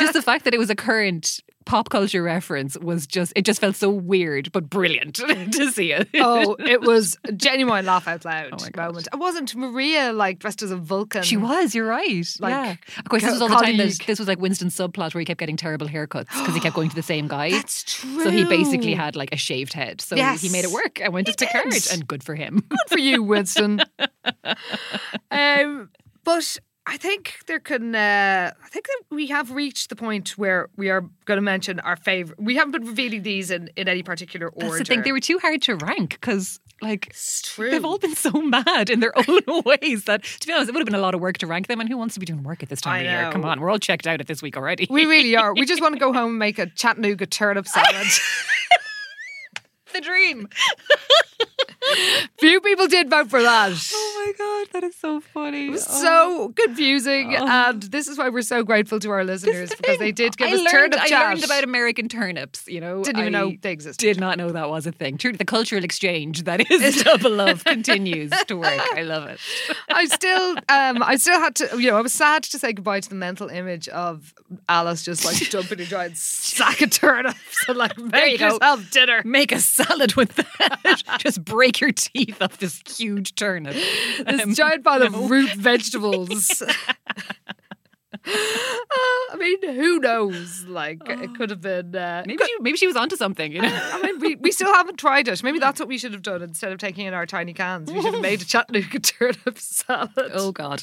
S2: just the fact that it was a current pop culture reference was just it just felt so weird but brilliant [laughs] to see it.
S6: [laughs] oh, it [laughs] was a genuine laugh out loud moment. It wasn't Maria like dressed as a Vulcan.
S2: She was. You're right.
S6: Like,
S2: yeah. Of course, this was all the time. That
S6: colleague.
S2: this was like Winston's subplot where he kept getting terrible haircuts because he kept going to the same guy. That's
S6: true.
S2: So he basically had like a shaved head. So
S6: Yes.
S2: he made it work and went
S6: He
S2: to Picard,
S6: did.
S2: and good for him.
S6: Good for you, Winston. [laughs] um, but I think there can. Uh, I think that we have reached the point where we are going to mention our favorite. We haven't been revealing these in, in any particular order.
S2: [laughs] That's the thing. They were too hard to rank because, like,
S6: true.
S2: they've all been so [laughs] mad in their own [laughs] ways that, to be honest, it would have been a lot of work to rank them. And who wants to be doing work at this time
S6: I
S2: of year? Come
S6: know.
S2: on, we're all checked out at this week already.
S6: we really are. We just want to
S2: [laughs]
S6: go home and make a Chattanooga turnip salad.
S2: the dream.
S6: Few people did vote for that.
S2: Oh my god, that is so funny. Oh.
S6: It was so confusing, and this is why we're so grateful to our listeners because they did give
S2: I
S6: us
S2: learned,
S6: turnip
S2: I
S6: chat.
S2: learned about American turnips. You know,
S6: Didn't even
S2: I
S6: know they existed.
S2: Did not know that was a thing. True, the cultural exchange that [laughs] is double love continues to work. I love it.
S6: I still, um, I still had to, you know, I was sad to say goodbye to the mental image of Alice just
S2: [laughs]
S6: like dumping a giant sack of turnips and like make
S2: you go.
S6: yourself dinner.
S2: [laughs] Make a salad with that. [laughs] Just break your teeth off this huge turnip.
S6: This
S2: Um,
S6: giant pile
S2: no.
S6: of root
S2: [laughs]
S6: vegetables. Uh, I mean, who knows? Like, it could have been. Uh,
S2: Maybe she, maybe she was onto something. You know.
S6: I mean, we, we still haven't tried it.
S2: Hmm.
S6: Maybe that's what we should have done instead of taking in our tiny cans. We should have made a Chattanooga turnip salad.
S2: [laughs] Oh [laughs] God.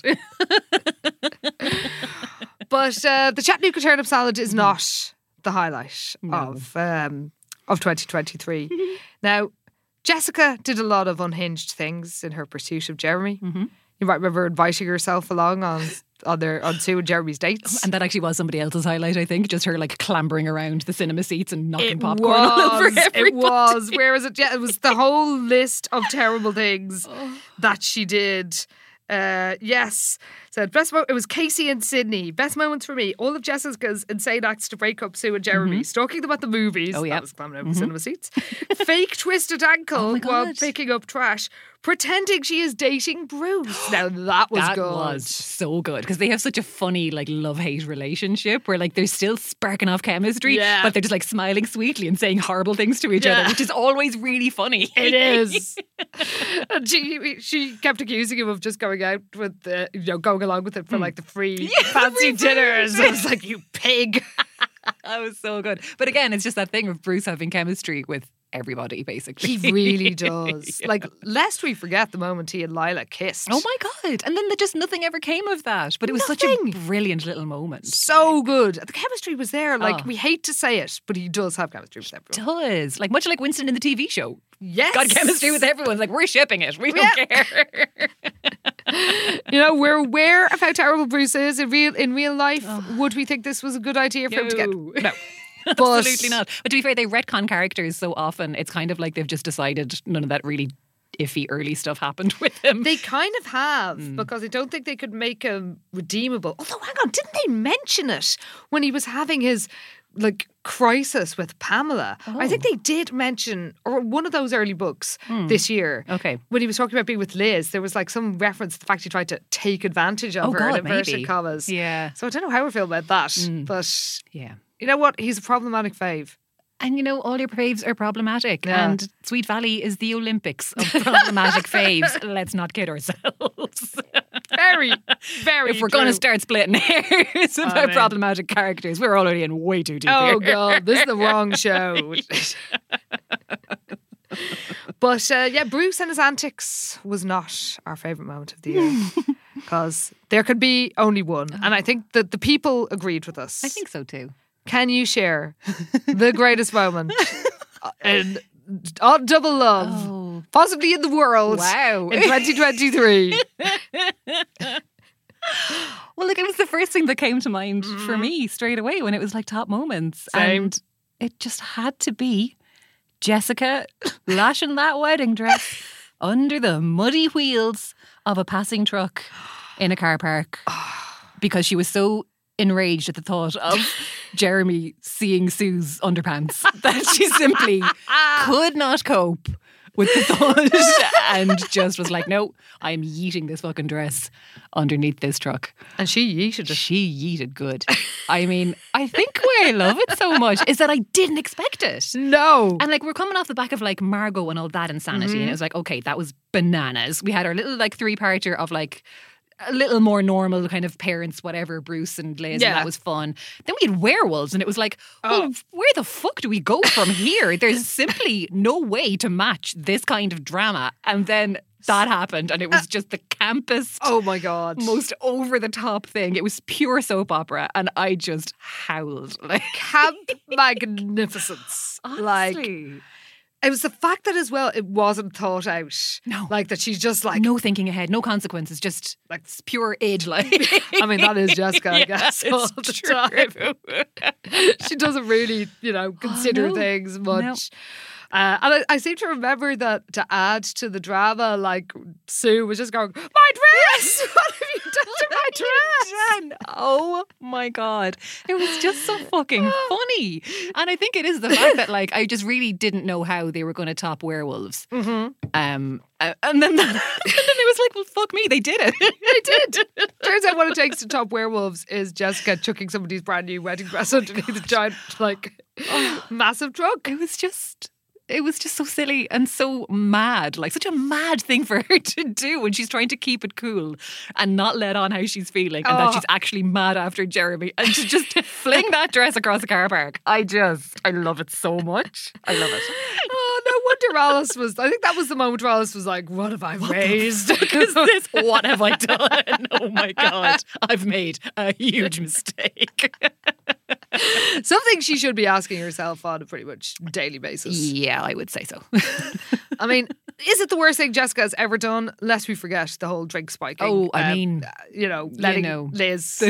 S6: But uh, the Chattanooga turnip salad is not the highlight of um, of 2023. now, Jessica did a lot of unhinged things in her pursuit of Jeremy. You might remember inviting herself along on on their on Sue and Jeremy's dates.
S2: And that actually was somebody else's highlight, I think. Just her like clambering around the cinema seats and knocking popcorn [laughs]
S6: was,
S2: all over everybody.
S6: It was. Where was it? Yeah, it was the whole list of terrible
S2: [laughs]
S6: things
S2: Oh.
S6: that she did. Uh, yes. So best mo- it was Casey and Sydney. Best moments for me. All of Jessica's insane acts to break up Sue and Jeremy, stalking them at the movies.
S2: Mm-hmm. Oh, yeah. Oh
S6: That was climbing over cinema seats. Fake
S2: [laughs]
S6: twisted ankle while
S2: God.
S6: picking up trash. Pretending she is dating
S2: [gasps]
S6: Bruce. Now that was
S2: that
S6: good.
S2: was so good because they have such a funny like love hate relationship where like they're still sparking off chemistry,
S6: Yeah.
S2: but they're just like smiling sweetly and saying horrible things to each
S6: Yeah.
S2: other, which is always
S6: [laughs]
S2: really funny.
S6: It is. and she she kept accusing him of just going out with the you know going along with it for like the
S2: [laughs]
S6: free fancy dinners. I was like, you pig.
S2: that was so good. But again, it's just that thing of Bruce having chemistry with everybody, basically. [laughs]
S6: He really does. Like, lest we forget the moment he and Lila kissed.
S2: Oh my god! And then the, just nothing ever came of that. But it was
S6: Nothing.
S2: such a brilliant little moment.
S6: So good. The chemistry was there. Like,
S2: Oh.
S6: we hate to say it, but he does have chemistry with everyone.
S2: Does like much like Winston in the TV show.
S6: Yes.
S2: Got chemistry with everyone. Like we're shipping it. We don't care.
S6: You know, we're aware of how terrible Bruce is in real in real life. Would we think this was a good idea for him to get?
S2: Oh. No.
S6: No.
S2: [laughs] Absolutely not. But to be fair, they retcon characters so often, it's kind of like they've just decided none of that really iffy early stuff happened [laughs] with him.
S6: They kind of have
S2: Hmm.
S6: because I don't think they could make him redeemable. Although, hang on, didn't they mention it when he was having his like crisis with Pamela? I
S2: Oh.
S6: think they did mention, or one of those early books this year.
S2: Hmm. Okay.
S6: when he was talking about being with Liz, there was like some reference to the fact he tried to take advantage of
S2: Oh,
S6: her
S2: God,
S6: in inverted
S2: maybe.
S6: commas.
S2: Yeah. Hmm.
S6: So I don't know how I feel about that, but
S2: Yeah.
S6: you know what? He's a problematic fave.
S2: And you know, all your faves are problematic.
S6: Yeah.
S2: And Sweet Valley is the Olympics of [laughs] problematic faves. Let's not kid ourselves. [laughs]
S6: Very, very.
S2: if we're going to
S6: true.
S2: start splitting [laughs] hairs about
S6: man.
S2: problematic characters, we're already in way too deep
S6: Oh
S2: [laughs] here.
S6: god, this is the wrong show. But uh, yeah, Bruce and his antics was not our favourite moment of the
S2: [laughs]
S6: year because there could be only one. And I think that the people agreed with us.
S2: I think so too.
S6: Can you share the greatest
S2: [laughs]
S6: moment in on double love, possibly in the world?
S2: Oh. Wow.
S6: in 2023.
S2: Well, like it was the first thing that came to mind for me straight away when it was like top moments.
S6: Same.
S2: [laughs] And it just had to be Jessica [laughs] lashing that wedding dress under the muddy wheels of a passing truck in a car park because she was so enraged at the thought of Jeremy seeing Sue's underpants that she simply could not cope with the thought and just was like, no, I'm yeeting this fucking dress underneath this truck.
S6: And she yeeted it.
S2: She yeeted good. I mean, I think why I love it so much is that I didn't expect it.
S6: No.
S2: And like we're coming off the back of like Margot and all that insanity. And it was like, okay, that was bananas. We had our little like three parter of like a little more normal kind of parents, whatever, Bruce and Liz,
S6: Yeah.
S2: and that was fun. Then we had werewolves, and it was like, well, where the fuck do we go from here? [laughs] There's simply no way to match this kind of drama. And then that happened, and it was just the campest,
S6: Oh my God.
S2: most over the top thing. It was pure soap opera, and I just howled. [laughs] Like,
S6: Camp magnificence. Like,
S2: [laughs] honestly.
S6: it was the fact that as well it wasn't thought out.
S2: No.
S6: Like, that she's just like, [laughs]
S2: no thinking ahead, no consequences, just like pure id. Like,
S6: [laughs] I mean, that is
S2: [laughs]
S6: Jessica, I [laughs]
S2: Yeah,
S6: guess,
S2: it's
S6: all the
S2: true.
S6: [laughs] time. she doesn't really, you know, consider
S2: no.
S6: things much. Uh, and I, I seem to remember that to add to the drama, like Sue was just going, "My dress!
S2: [laughs]
S6: [laughs] What have you done to my dress?"
S2: Jen, oh my god, it was just so
S6: [sighs]
S2: fucking funny. And I think it is the fact that like I just really didn't know how they were going to top werewolves.
S6: Mm-hmm.
S2: Um, uh, and then that, [laughs] and then it was like, well, fuck me, they did it. [laughs] they did.
S6: Turns out what it takes to top werewolves is Jessica chucking somebody's brand new wedding dress underneath a giant, like, massive truck.
S2: It was just. It was just so silly and so mad, like such a mad thing for her [laughs] to do when she's trying to keep it cool and not let on how she's feeling and
S6: Oh.
S2: that she's actually mad after Jeremy and to just [laughs] fling that dress across the car park. I just, I love it so much. I love [laughs] it.
S6: Oh, no wonder Alice was. I think that was the moment where Alice was like, "What have I
S2: [laughs]
S6: raised?"
S2: Because this, what have I [laughs] done? Oh my God. I've made a huge mistake.
S6: Something she should be asking herself on a pretty much daily basis.
S2: yeah, I would say [laughs] so.
S6: I mean, is it the worst thing Jessica has ever done? Lest we forget the whole drink spiking.
S2: Oh, I
S6: um,
S2: mean,
S6: uh, you know, letting
S2: know. [laughs]
S6: Liz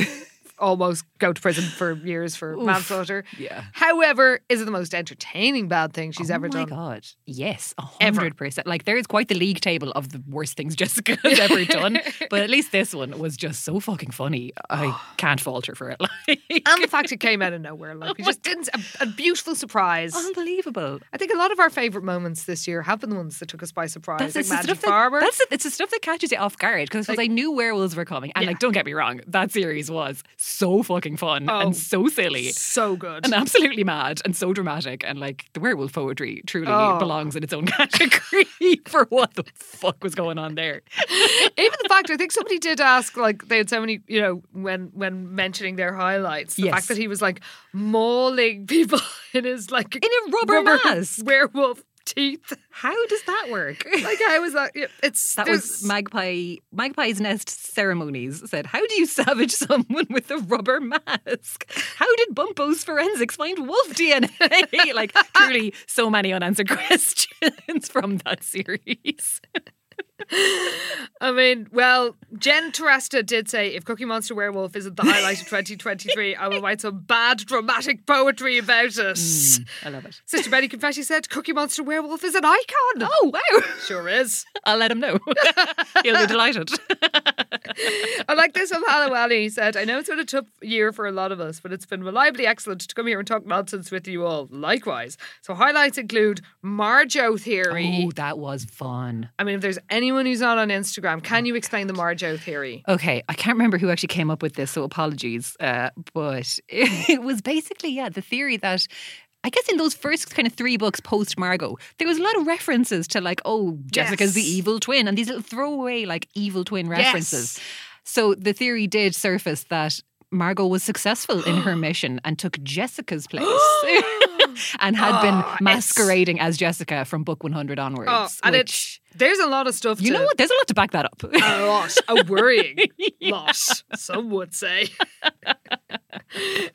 S6: almost go to prison for years for manslaughter.
S2: yeah.
S6: However, is it the most entertaining bad thing she's ever
S2: Oh my
S6: done?
S2: god. Yes, a
S6: Ever.
S2: 100%. Like there is quite the league table of the worst things Jessica [laughs] has ever
S6: [laughs]
S2: done, but at least this one was just so fucking funny. I
S6: Oh.
S2: can't falter for
S6: Um,
S2: it. [laughs] Like
S6: And the fact it came out of nowhere,
S2: [laughs] Oh
S6: like we just didn't. A, a beautiful surprise.
S2: unbelievable.
S6: I think a lot of our favorite moments this year have been the ones that took us by surprise.
S2: That's
S6: like
S2: it's the
S6: Magic
S2: stuff
S6: Barber.
S2: that, that's it. It's the stuff that catches you off guard because I knew werewolves were coming. And like, don't get me wrong, that series was so fucking fun
S6: Oh.
S2: and so silly.
S6: so good.
S2: and absolutely mad and so dramatic and like the werewolf poetry truly
S6: Oh.
S2: belongs in its own [laughs] category for what the fuck was going on there.
S6: Even the fact I think somebody did ask, like they had so many, you know, when when mentioning their highlights, the
S2: Yes.
S6: fact that he was like mauling people [laughs] in his like in
S2: a rubber mask.
S6: werewolf teeth.
S2: How does that work? [laughs]
S6: Like how was that? yeah, It's
S2: that
S6: there's-
S2: was magpie magpie's nest ceremonies said how do you savage [laughs] someone with a rubber mask how did bumpo's forensics find wolf dna [laughs] like truly so many unanswered [laughs] questions from that series
S6: I mean, well, Jen Teresta did say if Cookie Monster Werewolf isn't the highlight of 2023, I will write some bad dramatic poetry about it.
S2: i love it
S6: Sister Betty Confetti said Cookie Monster Werewolf is an icon.
S2: oh wow
S6: Sure is.
S2: i'll let him know [laughs] he'll be [laughs] delighted
S6: I like this from Hannah Wally. He said, I know it's been a tough year for a lot of us, but it's been reliably excellent to come here and talk nonsense with you all. Likewise. So highlights include Marjo Theory.
S2: oh that was fun
S6: I mean, if there's anyone who's not on Instagram, can you explain the Marjo Theory?
S2: Okay, I can't remember who actually came up with this, so apologies. Uh, but [laughs] it, was basically, yeah, the theory that I guess in those first kind of three books post Margot, there was a lot of references to like, oh, Jessica's the
S6: Yes.
S2: evil twin, and these little throwaway like evil twin references. So the theory did surface that Margot was successful in
S6: [gasps]
S2: her mission and took Jessica's place [laughs] and had been masquerading as Jessica from book 100 onwards.
S6: Ah, Oh, and it's there's a lot of stuff.
S2: You
S6: to-
S2: know what? There's a lot to back that up. [laughs]
S6: a lot, a worrying lot. Some would say. [laughs]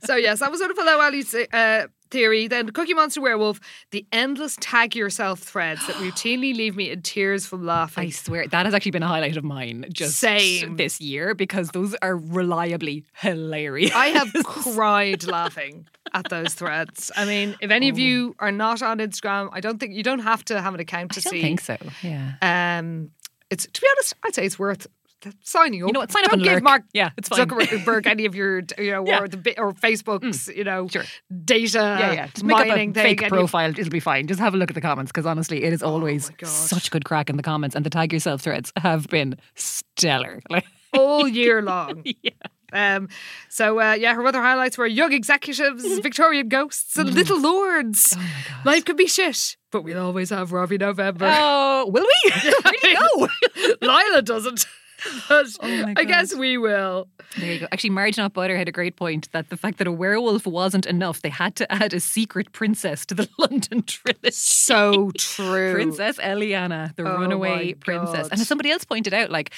S6: so yes, that was sort of Hello Ali's uh, theory. Then Cookie Monster Werewolf, the endless tag yourself threads
S2: [gasps]
S6: that routinely leave me in tears from laughing.
S2: I swear that has actually been a highlight of mine just
S6: Same.
S2: this year because those are reliably hilarious. [laughs]
S6: I have cried laughing at those threads. I mean, if any of you are not on Instagram, I don't think you don't have to have an account to
S2: Oh. I
S6: see.
S2: don't think so. Yeah.
S6: Um, it's to be honest, I'd say it's worth th- signing up.
S2: know what, sign up
S6: don't
S2: and
S6: give
S2: lurk.
S6: Mark
S2: Yeah, it's fine.
S6: Zuckerberg any of your you know
S2: [laughs] Yeah. Mm.
S6: or the bi- or Facebook's you know data
S2: yeah, yeah. Just make up
S6: mining
S2: a
S6: thing. Oh
S2: fake
S6: any of-
S2: profile. It'll be fine. Just have a look at the comments because honestly, it is always such good crack in the comments, and the tag yourself threads have been stellar. [laughs] Like,
S6: all year
S2: [laughs]
S6: long. Um, so uh, yeah, her other highlights were young executives,
S2: Mm-hmm.
S6: Victorian ghosts,
S2: Mm.
S6: and little
S2: Oh
S6: lords. Life could be shit, but we'll always have Robbie November.
S2: Oh, [laughs] will
S6: [laughs]
S2: we? Where'd he go? [laughs]
S6: Lila doesn't. But
S2: my
S6: I guess we will.
S2: There you go. Actually, Marge Not Butter had a great point that the fact that a werewolf wasn't enough, they had to add a secret princess to the [laughs] London trilogy. [laughs]
S6: So true.
S2: Princess Eliana, the
S6: Oh my
S2: runaway princess.
S6: God.
S2: And as somebody else pointed out, like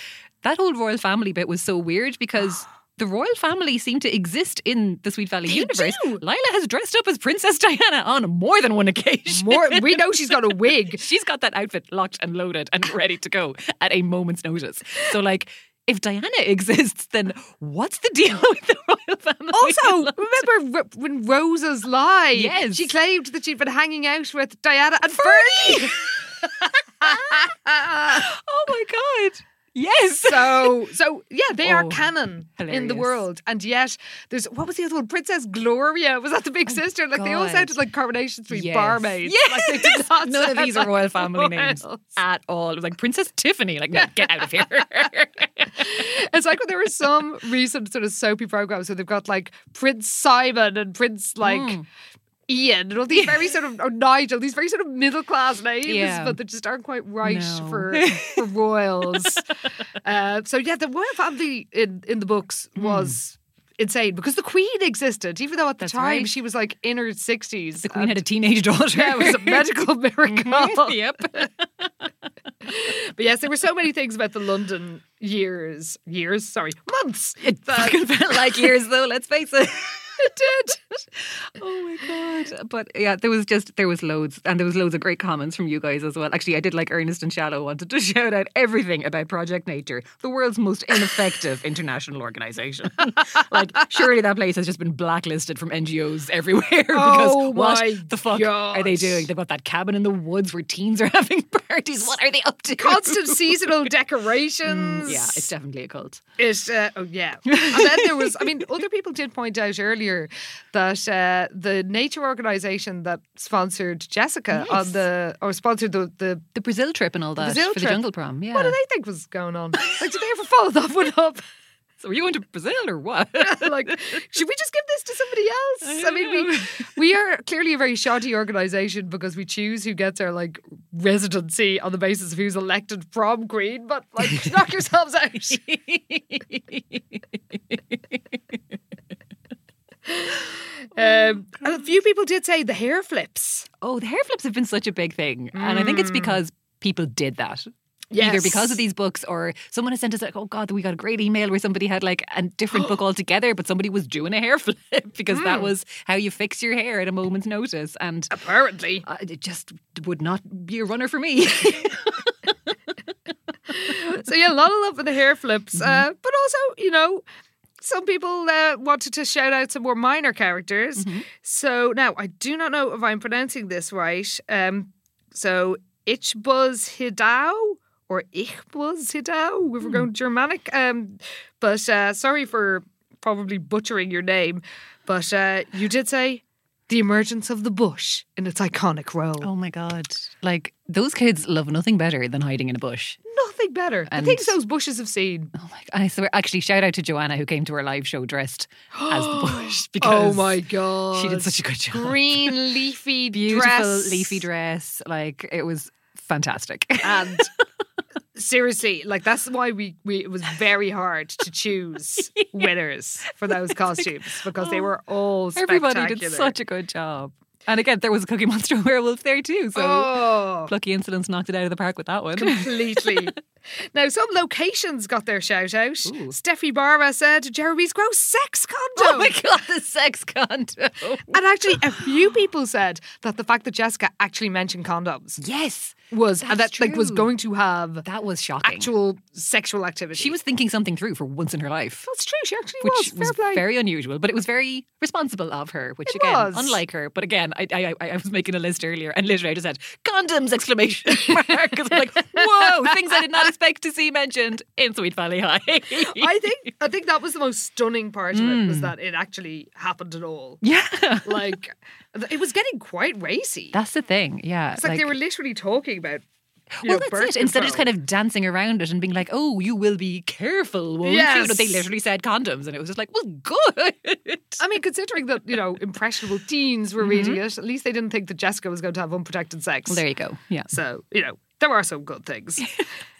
S2: that whole royal family bit was so
S6: [gasps]
S2: weird because the royal family seemed to exist in the Sweet Valley universe. Lila has dressed up as Princess [laughs] Diana on more than one occasion.
S6: More, we know she's got a wig.
S2: [laughs] She's got that outfit locked and loaded
S6: [laughs]
S2: and ready to go at a moment's notice. So, like, if Diana [laughs] exists, then what's the deal [laughs] with the royal family?
S6: Also, remember r- when Rosa's lie?
S2: Yes.
S6: She claimed that she'd been hanging out with Diana and Fernie.
S2: [laughs] [laughs] oh my god! Yes.
S6: so, so yeah, they are
S2: Oh,
S6: canon in the
S2: hilarious.
S6: world, and yet there's what was the other one? Princess Gloria was that the big sister? Like they all
S2: Oh God.
S6: sounded like Coronation Street
S2: Yes.
S6: barmaids. Like they did
S2: [laughs] Yes.
S6: not
S2: None of
S6: sound
S2: these are
S6: like
S2: royal family names
S6: royals.
S2: at all. It was like Princess Tiffany. Like, no, get out
S6: [laughs]
S2: of here.
S6: It's like when there were
S2: [laughs]
S6: some recent sort of soapy programs where they've got like Prince Simon and Prince like
S2: Hmm.
S6: Ian and all these very sort of or Nigel, these very sort of middle class names,
S2: Yeah.
S6: but they just aren't quite right
S2: No. [laughs]
S6: for, for royals. uh, so yeah, the royal family in in the books
S2: Hmm.
S6: was. Insane because the Queen existed, even though at the
S2: That's
S6: time
S2: right.
S6: she was like in her sixties.
S2: the Queen had a teenage daughter.
S6: [laughs] Yeah, it
S2: [laughs]
S6: was a medical miracle.
S2: yep.
S6: But yes, there were so many things about the London years, years, sorry, months.
S2: It
S6: that-
S2: [laughs] fucking felt like years, though. Let's face [laughs] it.
S6: it did.
S2: Oh my god! But yeah, there was just there was loads, and there was loads of great comments from you guys as well. Actually, I did like Ernest and Shallow wanted to [laughs] shout out everything about Project Nature, the world's most ineffective [laughs] international organization. [laughs] like, surely that place has just been blacklisted from NGOs everywhere [laughs] because
S6: Oh
S2: what
S6: my
S2: the fuck are they
S6: God.
S2: doing? They've got that cabin in the woods where teens are [laughs] having parties. What are they up to? [laughs]
S6: Constant seasonal decorations.
S2: Mm. Yeah, it's definitely a cult.
S6: It's, uh, oh,
S2: [laughs]
S6: yeah. And then there was, I mean, other people did point out earlier that uh, the nature organization that sponsored Jessica on the, or sponsored the, the
S2: The Brazil trip and all that
S6: Brazil
S2: for
S6: trip.
S2: the jungle prom. Yeah.
S6: what do they think was going on? Like, did they ever follow that one up?
S2: so were you going to Brazil or what?
S6: [laughs] like, should we just give this to somebody else? I,
S2: I
S6: mean,
S2: don't
S6: we
S2: know.
S6: we are clearly a very shoddy organisation because we choose who gets our like residency on the basis of who's elected prom queen. But
S2: [laughs]
S6: like, knock yourselves out. Um, and a few people did say the hair flips.
S2: [laughs] Oh, the hair flips have been such a big thing. And I think it's because people did that. Either because
S6: Yes.
S2: of these books or someone has sent us like, oh God, we got a great email where somebody had like a different [gasps] book altogether, but somebody was doing a hair [laughs] flip because that was how you fix your hair at a moment's notice. And
S6: Apparently,
S2: uh, it just would not be a runner for [laughs] me.
S6: so yeah, a lot of love for the hair
S2: Mm-hmm.
S6: flips, uh, but also you know. Some people uh, wanted to shout out some more minor characters.
S2: Mm-hmm.
S6: So now I do not know if I'm pronouncing this right. Um, so Ichbuzz Hidao or Ichbuzz Hidao, if
S2: Hmm.
S6: we're going Germanic. Um, but uh, sorry for probably butchering your name, but uh, you did say the emergence of the bush in its iconic role.
S2: oh my God. Like those kids love nothing better than hiding in a bush.
S6: Nothing better.
S2: And-
S6: the things those bushes have seen.
S2: Oh my God. I swear, actually, shout out to Joanna who came to our live show dressed as [gasps] the bush because.
S6: oh my god,
S2: She did such a good job. [laughs]
S6: green leafy
S2: beautiful
S6: dress.
S2: leafy dress. Like it was fantastic.
S6: and Seriously, like that's why we, we it was very hard to
S2: [laughs]
S6: choose winners for those costumes because they were all
S2: [laughs] oh, Everybody did
S6: spectacular.
S2: such a good job. And again, there was a Cookie Monster [laughs] werewolf there too. So [laughs]
S6: Oh.
S2: Plucky Insolence knocked it out of the park with that one.
S6: Completely. now, some locations got their shout out. Steffi Barra said Jeremy's gross sex condo.
S2: Oh my [laughs] God, the sex condo.
S6: And actually, a few people said that the fact that Jessica actually mentioned condoms.
S2: Yes.
S6: Was and that
S2: that's
S6: like was
S2: true.
S6: going to have
S2: that was shocking.
S6: Actual sexual activity.
S2: She was thinking something through for once in her life.
S6: That's true. She actually was.
S2: Which
S6: Fair play.
S2: very unusual, but it was very responsible of her. Which
S6: It
S2: again,
S6: was.
S2: unlike her, but again, I, I I I was making a list earlier, and literally I just said condoms exclamation [laughs] mark because I'm like, whoa, things I did not expect to see mentioned in Sweet Valley High.
S6: [laughs] [laughs] I think I think that was the most stunning part of it was
S2: Mm.
S6: that it actually happened at all.
S2: [laughs] Yeah.
S6: [laughs] Like th- it was getting quite racy.
S2: that's the thing. Yeah,
S6: it's like, they were literally talking about you
S2: Well,
S6: know,
S2: that's
S6: birth
S2: it. Instead of just
S6: control.
S2: kind of dancing around it and being like, "Oh, you will be careful, won't you?" But they
S6: Yes.
S2: literally said condoms, and it was just like, "Well, good."
S6: I mean, considering that, you know, impressionable teens were reading it, at least they didn't think that Jessica was going to have unprotected sex.
S2: Mm-hmm. Well, there you go. Yeah.
S6: So, you know, there are some good
S2: [laughs]
S6: things.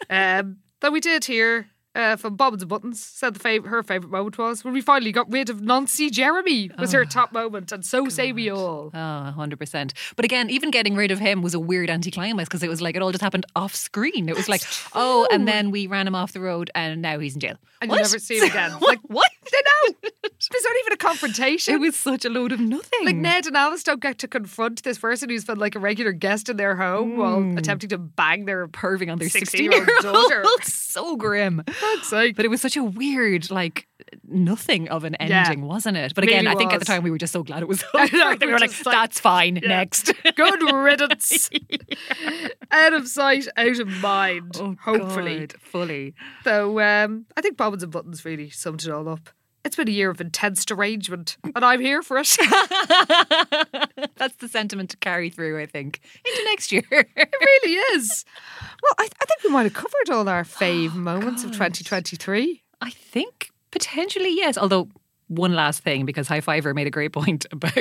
S6: um, though we did hear uh, from Bobbins and Buttons, said the fav- her favourite moment was when we finally got rid of Nancy Jeremy, was her top moment, and so say we all.
S2: Oh, 100%. But again, even getting rid of him was a weird anticlimax because it was like it all just happened off screen. It was like, oh, and then we ran him off the road and now he's in jail.
S6: And
S2: What?
S6: you never see him
S2: [laughs]
S6: again. Like,
S2: what?
S6: They know. There's not even a confrontation.
S2: [laughs] It was mm. such a load of nothing.
S6: Like Ned and Alice don't get to confront this person who's been like a regular guest in their home
S2: Mm.
S6: while attempting to bang their
S2: perving on their
S6: 16
S2: 16
S6: year old
S2: [laughs]
S6: daughter.
S2: so grim.
S6: Fuck's sake.
S2: But it was such a weird, like, nothing of an
S6: Yeah.
S2: ending, wasn't it? But
S6: Really
S2: again, I think at the
S6: was.
S2: time we were just so glad it was
S6: [laughs] I
S2: over.
S6: know,
S2: we
S6: we're
S2: [laughs] were like,
S6: just like,
S2: that's fine,
S6: yeah. [laughs]
S2: next. [laughs]
S6: Good riddance. out of sight, out of mind, hopefully.
S2: Oh, God, fully.
S6: So um, I think Bobbins and Buttons really summed it all up. It's been a year of intense derangement, and I'm here for it. [laughs] it
S2: [laughs] That's the sentiment to carry through, I think, into next year.
S6: really is. Well, I, I think we might have covered all our fave
S2: Oh,
S6: moments of
S2: [laughs]
S6: 2023.
S2: [laughs] I think potentially yes. Although one last thing, because High Fiver made a great point [laughs] about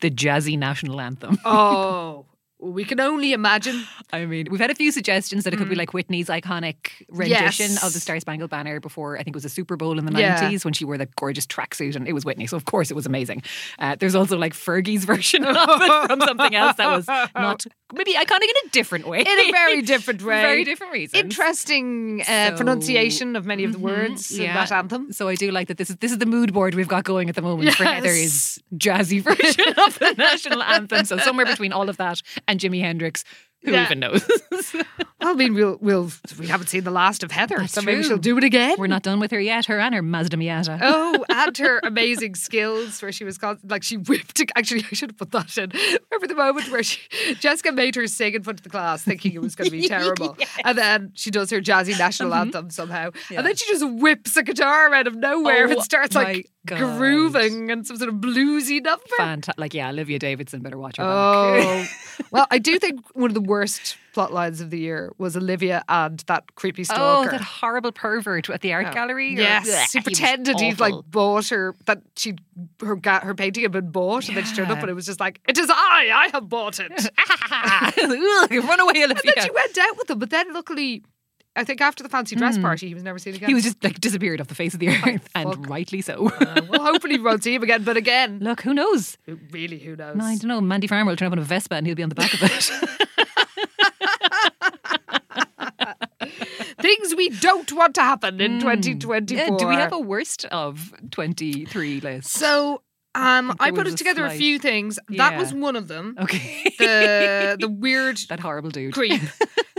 S2: the jazzy national anthem.
S6: Oh, we can only imagine.
S2: I mean, we've had a few suggestions that it could be like Whitney's iconic rendition
S6: Mm. Yes.
S2: of the Star Spangled Banner before I think it was a Super Bowl in the
S6: Yeah.
S2: nineties when she wore that gorgeous tracksuit and it was Whitney, so of course it was amazing. Uh, there's also like Fergie's [laughs] version of it from something else that
S6: [laughs]
S2: was not maybe iconic in a different way,
S6: In a very different way.
S2: [laughs] very different reason.
S6: Interesting uh,
S2: So- mm-hmm,
S6: pronunciation of many of the words in that anthem.
S2: So I do like that this is this is the mood board we've got going at the moment for
S6: Yes.
S2: Heather's jazzy [laughs] version of the national anthem. So somewhere between all of that and Jimi Hendrix, who
S6: Yeah.
S2: even knows? [laughs]
S6: Well, I mean, we'll, we'll we haven't seen the last of Heather, so maybe she'll do it again.
S2: We're not done with her yet. Her and her Mazda Miata.
S6: Oh, and her amazing skills where she was con- like she whipped. Actually, I should have put that in. Remember the moment where she, Jessica made her sing in front of the class, thinking it was going to
S2: [laughs]
S6: be terrible, and then she does her jazzy national
S2: Mm-hmm.
S6: anthem somehow, and then she just whips a guitar out of nowhere and
S2: Oh,
S6: starts like
S2: my God.
S6: grooving and some sort of bluesy number.
S2: Fantastic. Like, yeah, Olivia Davidson better watch her back.
S6: Oh, well, I do think one of the worst plot lines of the year was Olivia and that creepy
S2: [laughs] Oh,
S6: stalker. Oh.
S2: that horrible pervert at the art gallery. or-
S6: Yes,
S2: Blech,
S6: he
S2: was
S6: pretended he'd
S2: awful. [laughs]
S6: like bought her that she her ga- her painting had been bought, and then she turned up
S2: Yeah.
S6: and it was just like, "It is I, I have bought
S2: [laughs]
S6: it." and
S2: Ugh, run away, Olivia.
S6: then she went out with him, but then luckily, I think after the fancy dress
S2: Mm.
S6: party, he was never seen again. [laughs]
S2: He was just like disappeared off the face of the earth,
S6: Oh, fuck.
S2: and rightly so.
S6: Uh, well, hopefully, we won't see him again. But again,
S2: [laughs] Look, who knows?
S6: who- really, who knows?
S2: No, I don't know. Mandy Farmer will turn up on a Vespa and he'll be on the back of it.
S6: Things we don't want to happen in 2024.
S2: Hmm. Yeah, Uh, do we have a worst of 23 list?
S6: So um, I
S2: there
S6: put
S2: was a
S6: together a
S2: slight-
S6: few things. That
S2: Yeah.
S6: was one of
S2: [laughs]
S6: them.
S2: okay.
S6: The the weird
S2: that horrible dude. [laughs]
S6: creep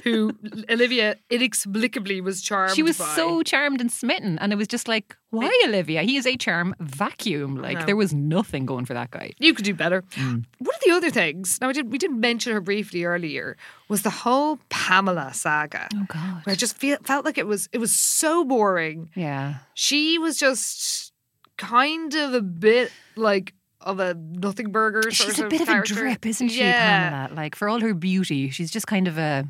S6: who Olivia inexplicably was charmed.
S2: She was
S6: by.
S2: so charmed and smitten, and it was just like, why, Olivia? He is a charm vacuum. Like,
S6: know.
S2: there was nothing going for that guy.
S6: You could do better.
S2: Mm.
S6: One of the other things, now I did, we did mention her briefly earlier, was the whole Pamela saga,
S2: Oh, God.
S6: where I just feel, felt like it was it was so boring.
S2: Yeah.
S6: She was just kind of a bit like of a nothing burger. Sort
S2: She's a
S6: of
S2: bit of a
S6: character.
S2: drip, isn't she,
S6: Yeah.
S2: Pamela? Like, for all her beauty, she's just kind of a.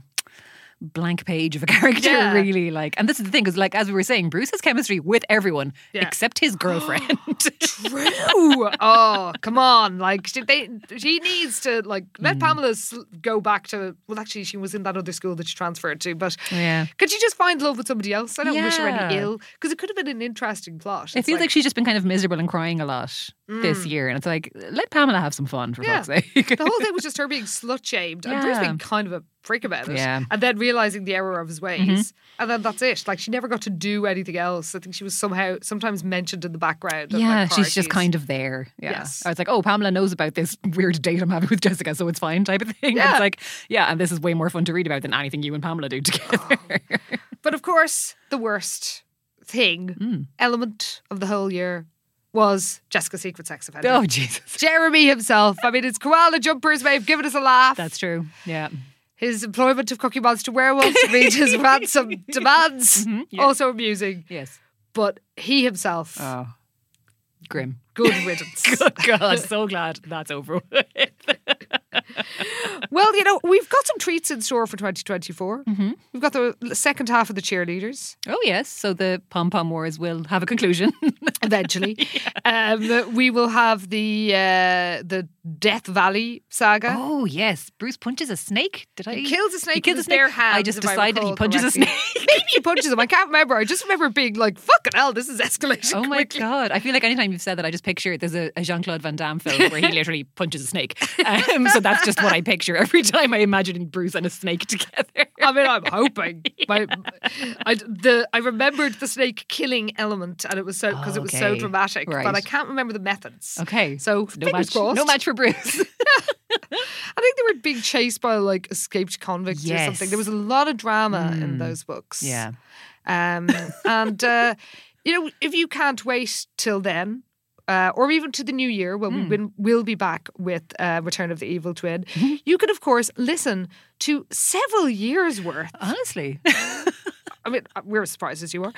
S2: blank page of a [laughs] character,
S6: Yeah.
S2: really. Like, and this is the thing, because like as we were saying, Bruce has chemistry with everyone
S6: Yeah.
S2: except
S6: [gasps]
S2: his girlfriend.
S6: True. oh, come on! Like she, they, she needs to like let
S2: Hmm.
S6: Pamela sl- go back to. Well, actually, she was in that other school that she transferred to. But
S2: Yeah.
S6: could she just find love with somebody else? I don't wish her any
S2: Yeah.
S6: ill because it could have been an interesting plot.
S2: It feels like, she's just been kind of miserable and crying a lot this year, and it's like let Pamela have some fun for
S6: Mm. Yeah.
S2: fuck's sake. [laughs]
S6: the whole thing was just her being slut shamed and Bruce
S2: Yeah.
S6: being kind of a prick about it.
S2: Yeah.
S6: And then realizing the error of his ways.
S2: Mhm.
S6: And then that's it. Like she never got to do anything else. I think she was somehow sometimes mentioned in the background. at,
S2: Yeah,
S6: like,
S2: she's just
S6: parties.
S2: kind of there. Yeah.
S6: Yes.
S2: I was like, oh, Pamela knows about this weird date I'm having with Jessica, so it's fine type of thing.
S6: Yeah.
S2: It's like, yeah, and this is way more fun to read about than anything you and Pamela do
S6: Oh,
S2: together.
S6: But of course, the worst thing,
S2: Hmm.
S6: element of the whole year was Jessica's secret sex offender.
S2: [laughs] oh, Jesus.
S6: Jeremy himself. I mean, his koala jumpers may have given us a laugh.
S2: That's true. Yeah.
S6: His employment of Cookie Monster werewolves made
S2: [laughs]
S6: his ransom demands
S2: Mm-hmm,
S6: also amusing.
S2: Yes.
S6: But he himself,
S2: Oh.
S6: [laughs]
S2: Grim.
S6: good riddance.
S2: [laughs] Good God. So glad that's over. with.
S6: [laughs] Well, you know, we've got some treats in store for 2024. Mm-hmm. We've got the second half of the cheerleaders.
S2: oh, yes. So the pom pom wars will have a conclusion. [laughs]
S6: Eventually, um, we will have the uh, the Death Valley saga.
S2: oh, yes. Bruce punches a snake. Did I?
S6: He kills a snake.
S2: He kills
S6: with
S2: a
S6: his bare
S2: snake.
S6: hands.
S2: I just
S6: if
S2: decided he
S6: recall
S2: punches a
S6: correctly. [laughs]
S2: snake.
S6: Maybe he punches him. I can't remember. I just remember being like, "Fucking hell, this is [laughs] escalation."
S2: Oh my
S6: quickly."
S2: god! I feel like anytime you've said that, I just picture there's a, a Jean Claude Van Damme
S6: [laughs]
S2: film where he literally punches a snake. Um, so that's just what I picture every time I imagine Bruce and a snake [laughs] together.
S6: I mean, I'm
S2: [laughs]
S6: hoping. My, I, the, I remembered the snake killing element, and it was so because it was so
S2: Okay.
S6: dramatic. But
S2: Right.
S6: I can't remember the methods.
S2: Okay,
S6: So
S2: no
S6: fingers
S2: match,
S6: crossed.
S2: no match for Bruce.
S6: I think they were being chased by like escaped convicts or something.
S2: Yes. Hmm.
S6: There was a lot of drama in those books.
S2: [laughs] Yeah.
S6: Um, and uh, you know, if you can't wait till then. Uh, or even to the new year when
S2: Hmm.
S6: we win, we'll be back with uh, Return of the Evil Twin.
S2: Mm-hmm.
S6: You can, of course, listen to several years' worth.
S2: Honestly,
S6: I mean, uh, we're as surprised as you are.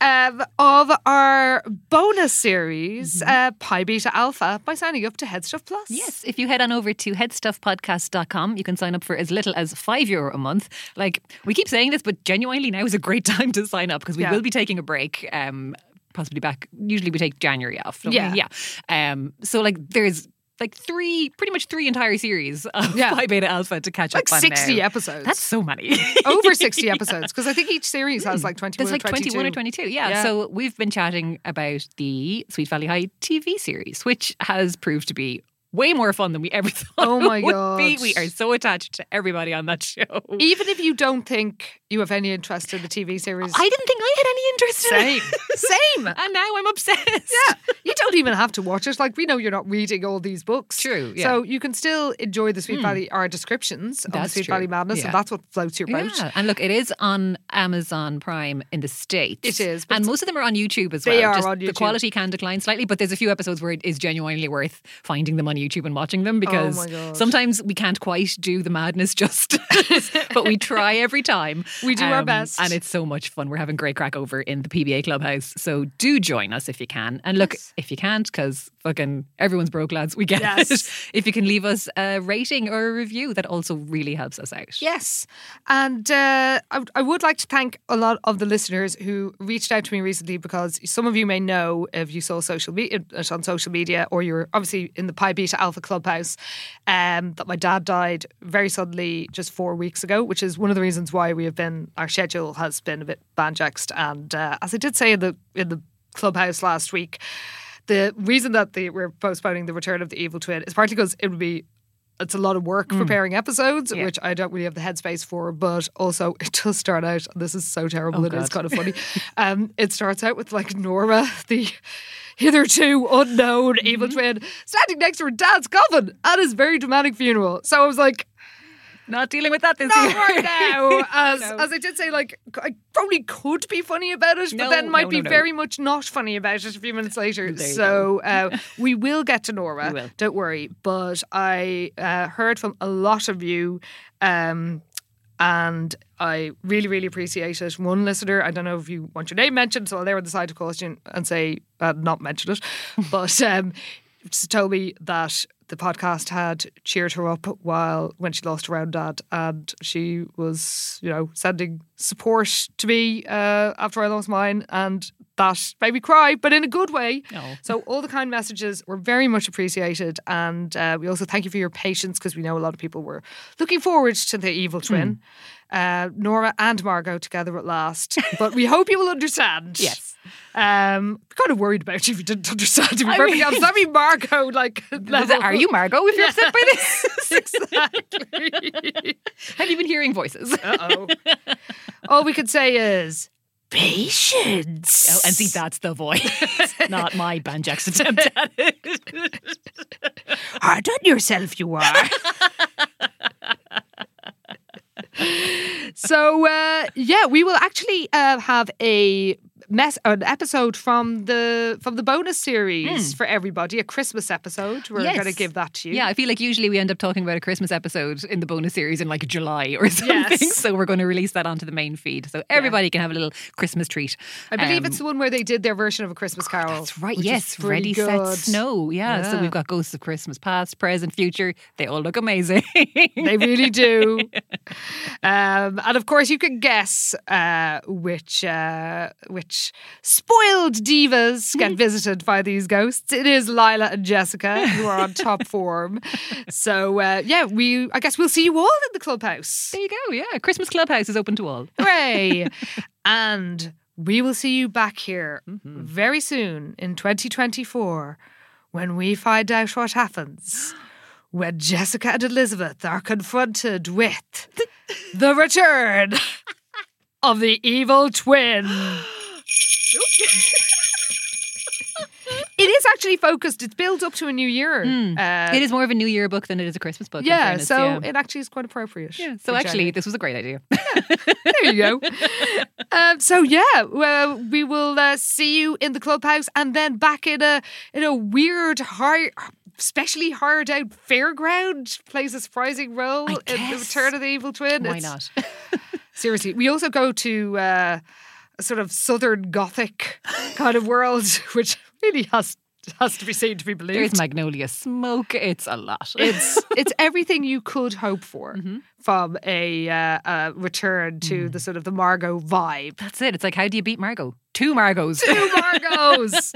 S6: um, of our bonus series, uh, Pi Beta Alpha, by signing up to Headstuff Plus.
S2: Mm-hmm. yes. If you head on over to headstuffpodcast.com, you can sign up for as little as five euro a month. Like we keep saying this, but genuinely now is a great [laughs] time to sign up because we
S6: Yeah.
S2: will be taking a break. Um, possibly back. Usually we take January off. don't we?
S6: Yeah.
S2: yeah. Um, so like there's. Like three, pretty much three entire series of [laughs]
S6: Yeah.
S2: Pi Beta Alpha to catch
S6: Like
S2: up on.
S6: 60
S2: now.
S6: episodes.
S2: That's so many. [laughs]
S6: over 60 episodes because I think each series has like 21
S2: There's like
S6: or 22.
S2: 21 or 22. Yeah.
S6: Yeah.
S2: So we've been chatting about the Sweet Valley High TV series, which has proved to be way more fun than we ever [laughs] thought.
S6: Oh my
S2: it would be.
S6: God.
S2: We are so attached to everybody on that show.
S6: Even if you don't think you have any interest in the TV series,
S2: I didn't think I had any interest in
S6: same.
S2: it. [laughs]
S6: same.
S2: And now I'm obsessed.
S6: Yeah. You don't even have to watch it. Like, we know you're not reading all these books.
S2: True, yeah. Hmm.
S6: So you can still enjoy the Sweet Valley, our descriptions of the
S2: That's
S6: Sweet
S2: true,
S6: Valley Madness,
S2: yeah.
S6: and that's what floats your boat.
S2: Yeah. And look, it is on Amazon Prime in the States.
S6: It is, but
S2: And
S6: it's-
S2: most of them are on YouTube as well.
S6: They are
S2: Just
S6: on
S2: The
S6: YouTube.
S2: quality can decline slightly, but there's a few episodes where it is genuinely worth finding them on YouTube and watching them because
S6: Oh my God.
S2: sometimes we can't quite do the madness justice,
S6: [laughs]
S2: but we try every time. Um,
S6: We do our best.
S2: And it's so much fun. We're having great crack over in the PBA Clubhouse. So do join us if you can. And look, if you can't, because fucking everyone's broke, lads, we get it.
S6: Yes.
S2: If you can leave us a rating or a review, that also really helps us out.
S6: Yes. And uh, I, I would like to thank a lot of the listeners who reached out to me recently because some of you may know if you saw social media it on social media or you're obviously in the Pi Beta Alpha Clubhouse um, that my dad died very suddenly just four weeks ago, which is one of the reasons why we have been our schedule has been a bit banjaxed. And uh, as I did say in the in the clubhouse last week, the reason that the, we're postponing the return of the evil twin is partly because it would be it's a lot of work preparing episodes, which I don't really have the headspace for. But also, [laughs] it does start out. This is so terrible. it is kind of funny. um, it starts out with like Nora, the hitherto unknown
S2: Mm-hmm.
S6: evil twin, standing next to her dad's coffin at his very dramatic funeral. So I was like,
S2: [laughs] Not dealing with that this
S6: not
S2: year.
S6: [laughs] right now. As
S2: No.
S6: as I did say, like I probably could be funny about it, but
S2: No,
S6: then might
S2: no,
S6: be
S2: no, no.
S6: very much not funny about it a few minutes later.
S2: There you
S6: so
S2: [laughs]
S6: uh, we will get to Nora.
S2: We will.
S6: Don't worry. But I uh, heard from a lot of you. Um, and I really, really appreciate it. One listener, I don't know if you want your name mentioned, so I'll there on the side of question and say uh, not mention it, but um, just told me that the podcast had cheered her up while when she lost her own dad, and she was, you know, sending support to me uh, after I lost mine, and that made me cry, but in a good way. So all the kind messages were very much appreciated, and uh, we also thank you for your patience because we know a lot of people were looking forward to the evil twin, uh, Nora and Margot together at last. but we hope you will understand.
S2: [laughs] [laughs] Yes.
S6: Um, kind of worried about you if you didn't understand. To be
S2: I
S6: perfectly
S2: mean-
S6: honest, I mean Margot,
S2: [laughs]
S6: like level.
S2: Are you Margot if you're [laughs] upset by
S6: this? exactly.
S2: Have you been hearing voices?
S6: Uh oh. All we could say is patience.
S2: Oh, and see, that's the voice, not my Ban Jackson attempt at it.
S6: Hard on yourself, you are. so uh, yeah, we will actually uh, have a mess an episode from the from the bonus series for everybody, a Christmas episode. We're
S2: Hmm. Yes.
S6: going to give that to you.
S2: Yeah, I feel like usually we end up talking about a Christmas episode in the bonus series in like July or [laughs] something.
S6: Yes.
S2: So we're going to release that onto the main feed. So everybody can have a little Christmas treat.
S6: I believe
S2: Um,
S6: it's the one where they did their version of a Christmas Carol. That's
S2: Right, yes, ready, set, snow. Yeah. so we've got Ghosts of Christmas Past, Present, Future. They all look amazing. [laughs]
S6: they really do. Um, and of course, you can guess uh, which uh, which spoiled divas get visited by these ghosts. It is Lila and Jessica who are on top form. So uh, yeah, we I guess we'll see you all in the clubhouse.
S2: There you go. Yeah, Christmas Clubhouse is open to all.
S6: Hooray! and we will see you back here
S2: Mm-hmm.
S6: very soon in 2024 when we find out what happens when Jessica and Elizabeth are confronted
S2: [laughs]
S6: with the return of the evil twin. it is actually focused, it builds up to a new year. Uh,
S2: it is more of a New Year book than it is Hmm. a Christmas book. in
S6: Yeah,
S2: fairness,
S6: so
S2: yeah.
S6: it actually is quite appropriate. Yeah,
S2: So actually, this was a great idea.
S6: there you go. Um, so yeah, well, we will uh, see you in the clubhouse, and then back in a in a weird, high, specially hired out fairground plays a surprising role in the Return of the Evil Twin.
S2: Why
S6: It's-
S2: [laughs] not?
S6: Seriously, we also go to uh, a sort of southern gothic kind of world, [laughs] which really has has to be seen to be believed.
S2: There's Magnolia Smoke. It's a lot.
S6: It's it's everything you could hope for
S2: Mm-hmm.
S6: from a, uh, a return
S2: Mm.
S6: to the sort of the Margot vibe.
S2: [laughs] That's it. It's like, how do you beat Margot? Two Margos. [laughs]
S6: Two Margos.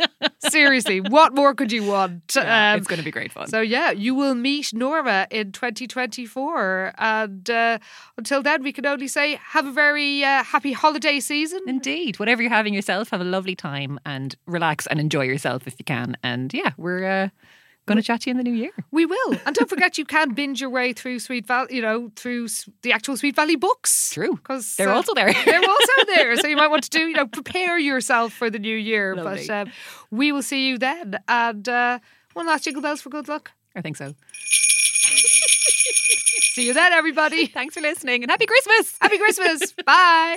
S6: Seriously, what more could you want?
S2: Yeah,
S6: Um,
S2: Ah, it's going to be great fun.
S6: so yeah, you will meet Norma in 2024, and uh, until then, we can only say have a very uh, happy holiday season.
S2: Indeed. Whatever you're having yourself, have a lovely time and relax and enjoy yourself if you can. And yeah, we're uh, going to chat to you in the new year.
S6: We will, and don't forget you can binge your way through Sweet Valley, you know, through s- the actual Sweet Valley books.
S2: True,
S6: because
S2: They're also there.
S6: they're
S2: [laughs]
S6: also there, so you might want to do, you know, prepare yourself for the new year.
S2: Lovely.
S6: But um, we will see you then, and uh, one last jingle bells for good luck.
S2: I think so.
S6: See you then, everybody.
S2: Thanks for listening and happy Christmas.
S6: Happy Christmas. Bye.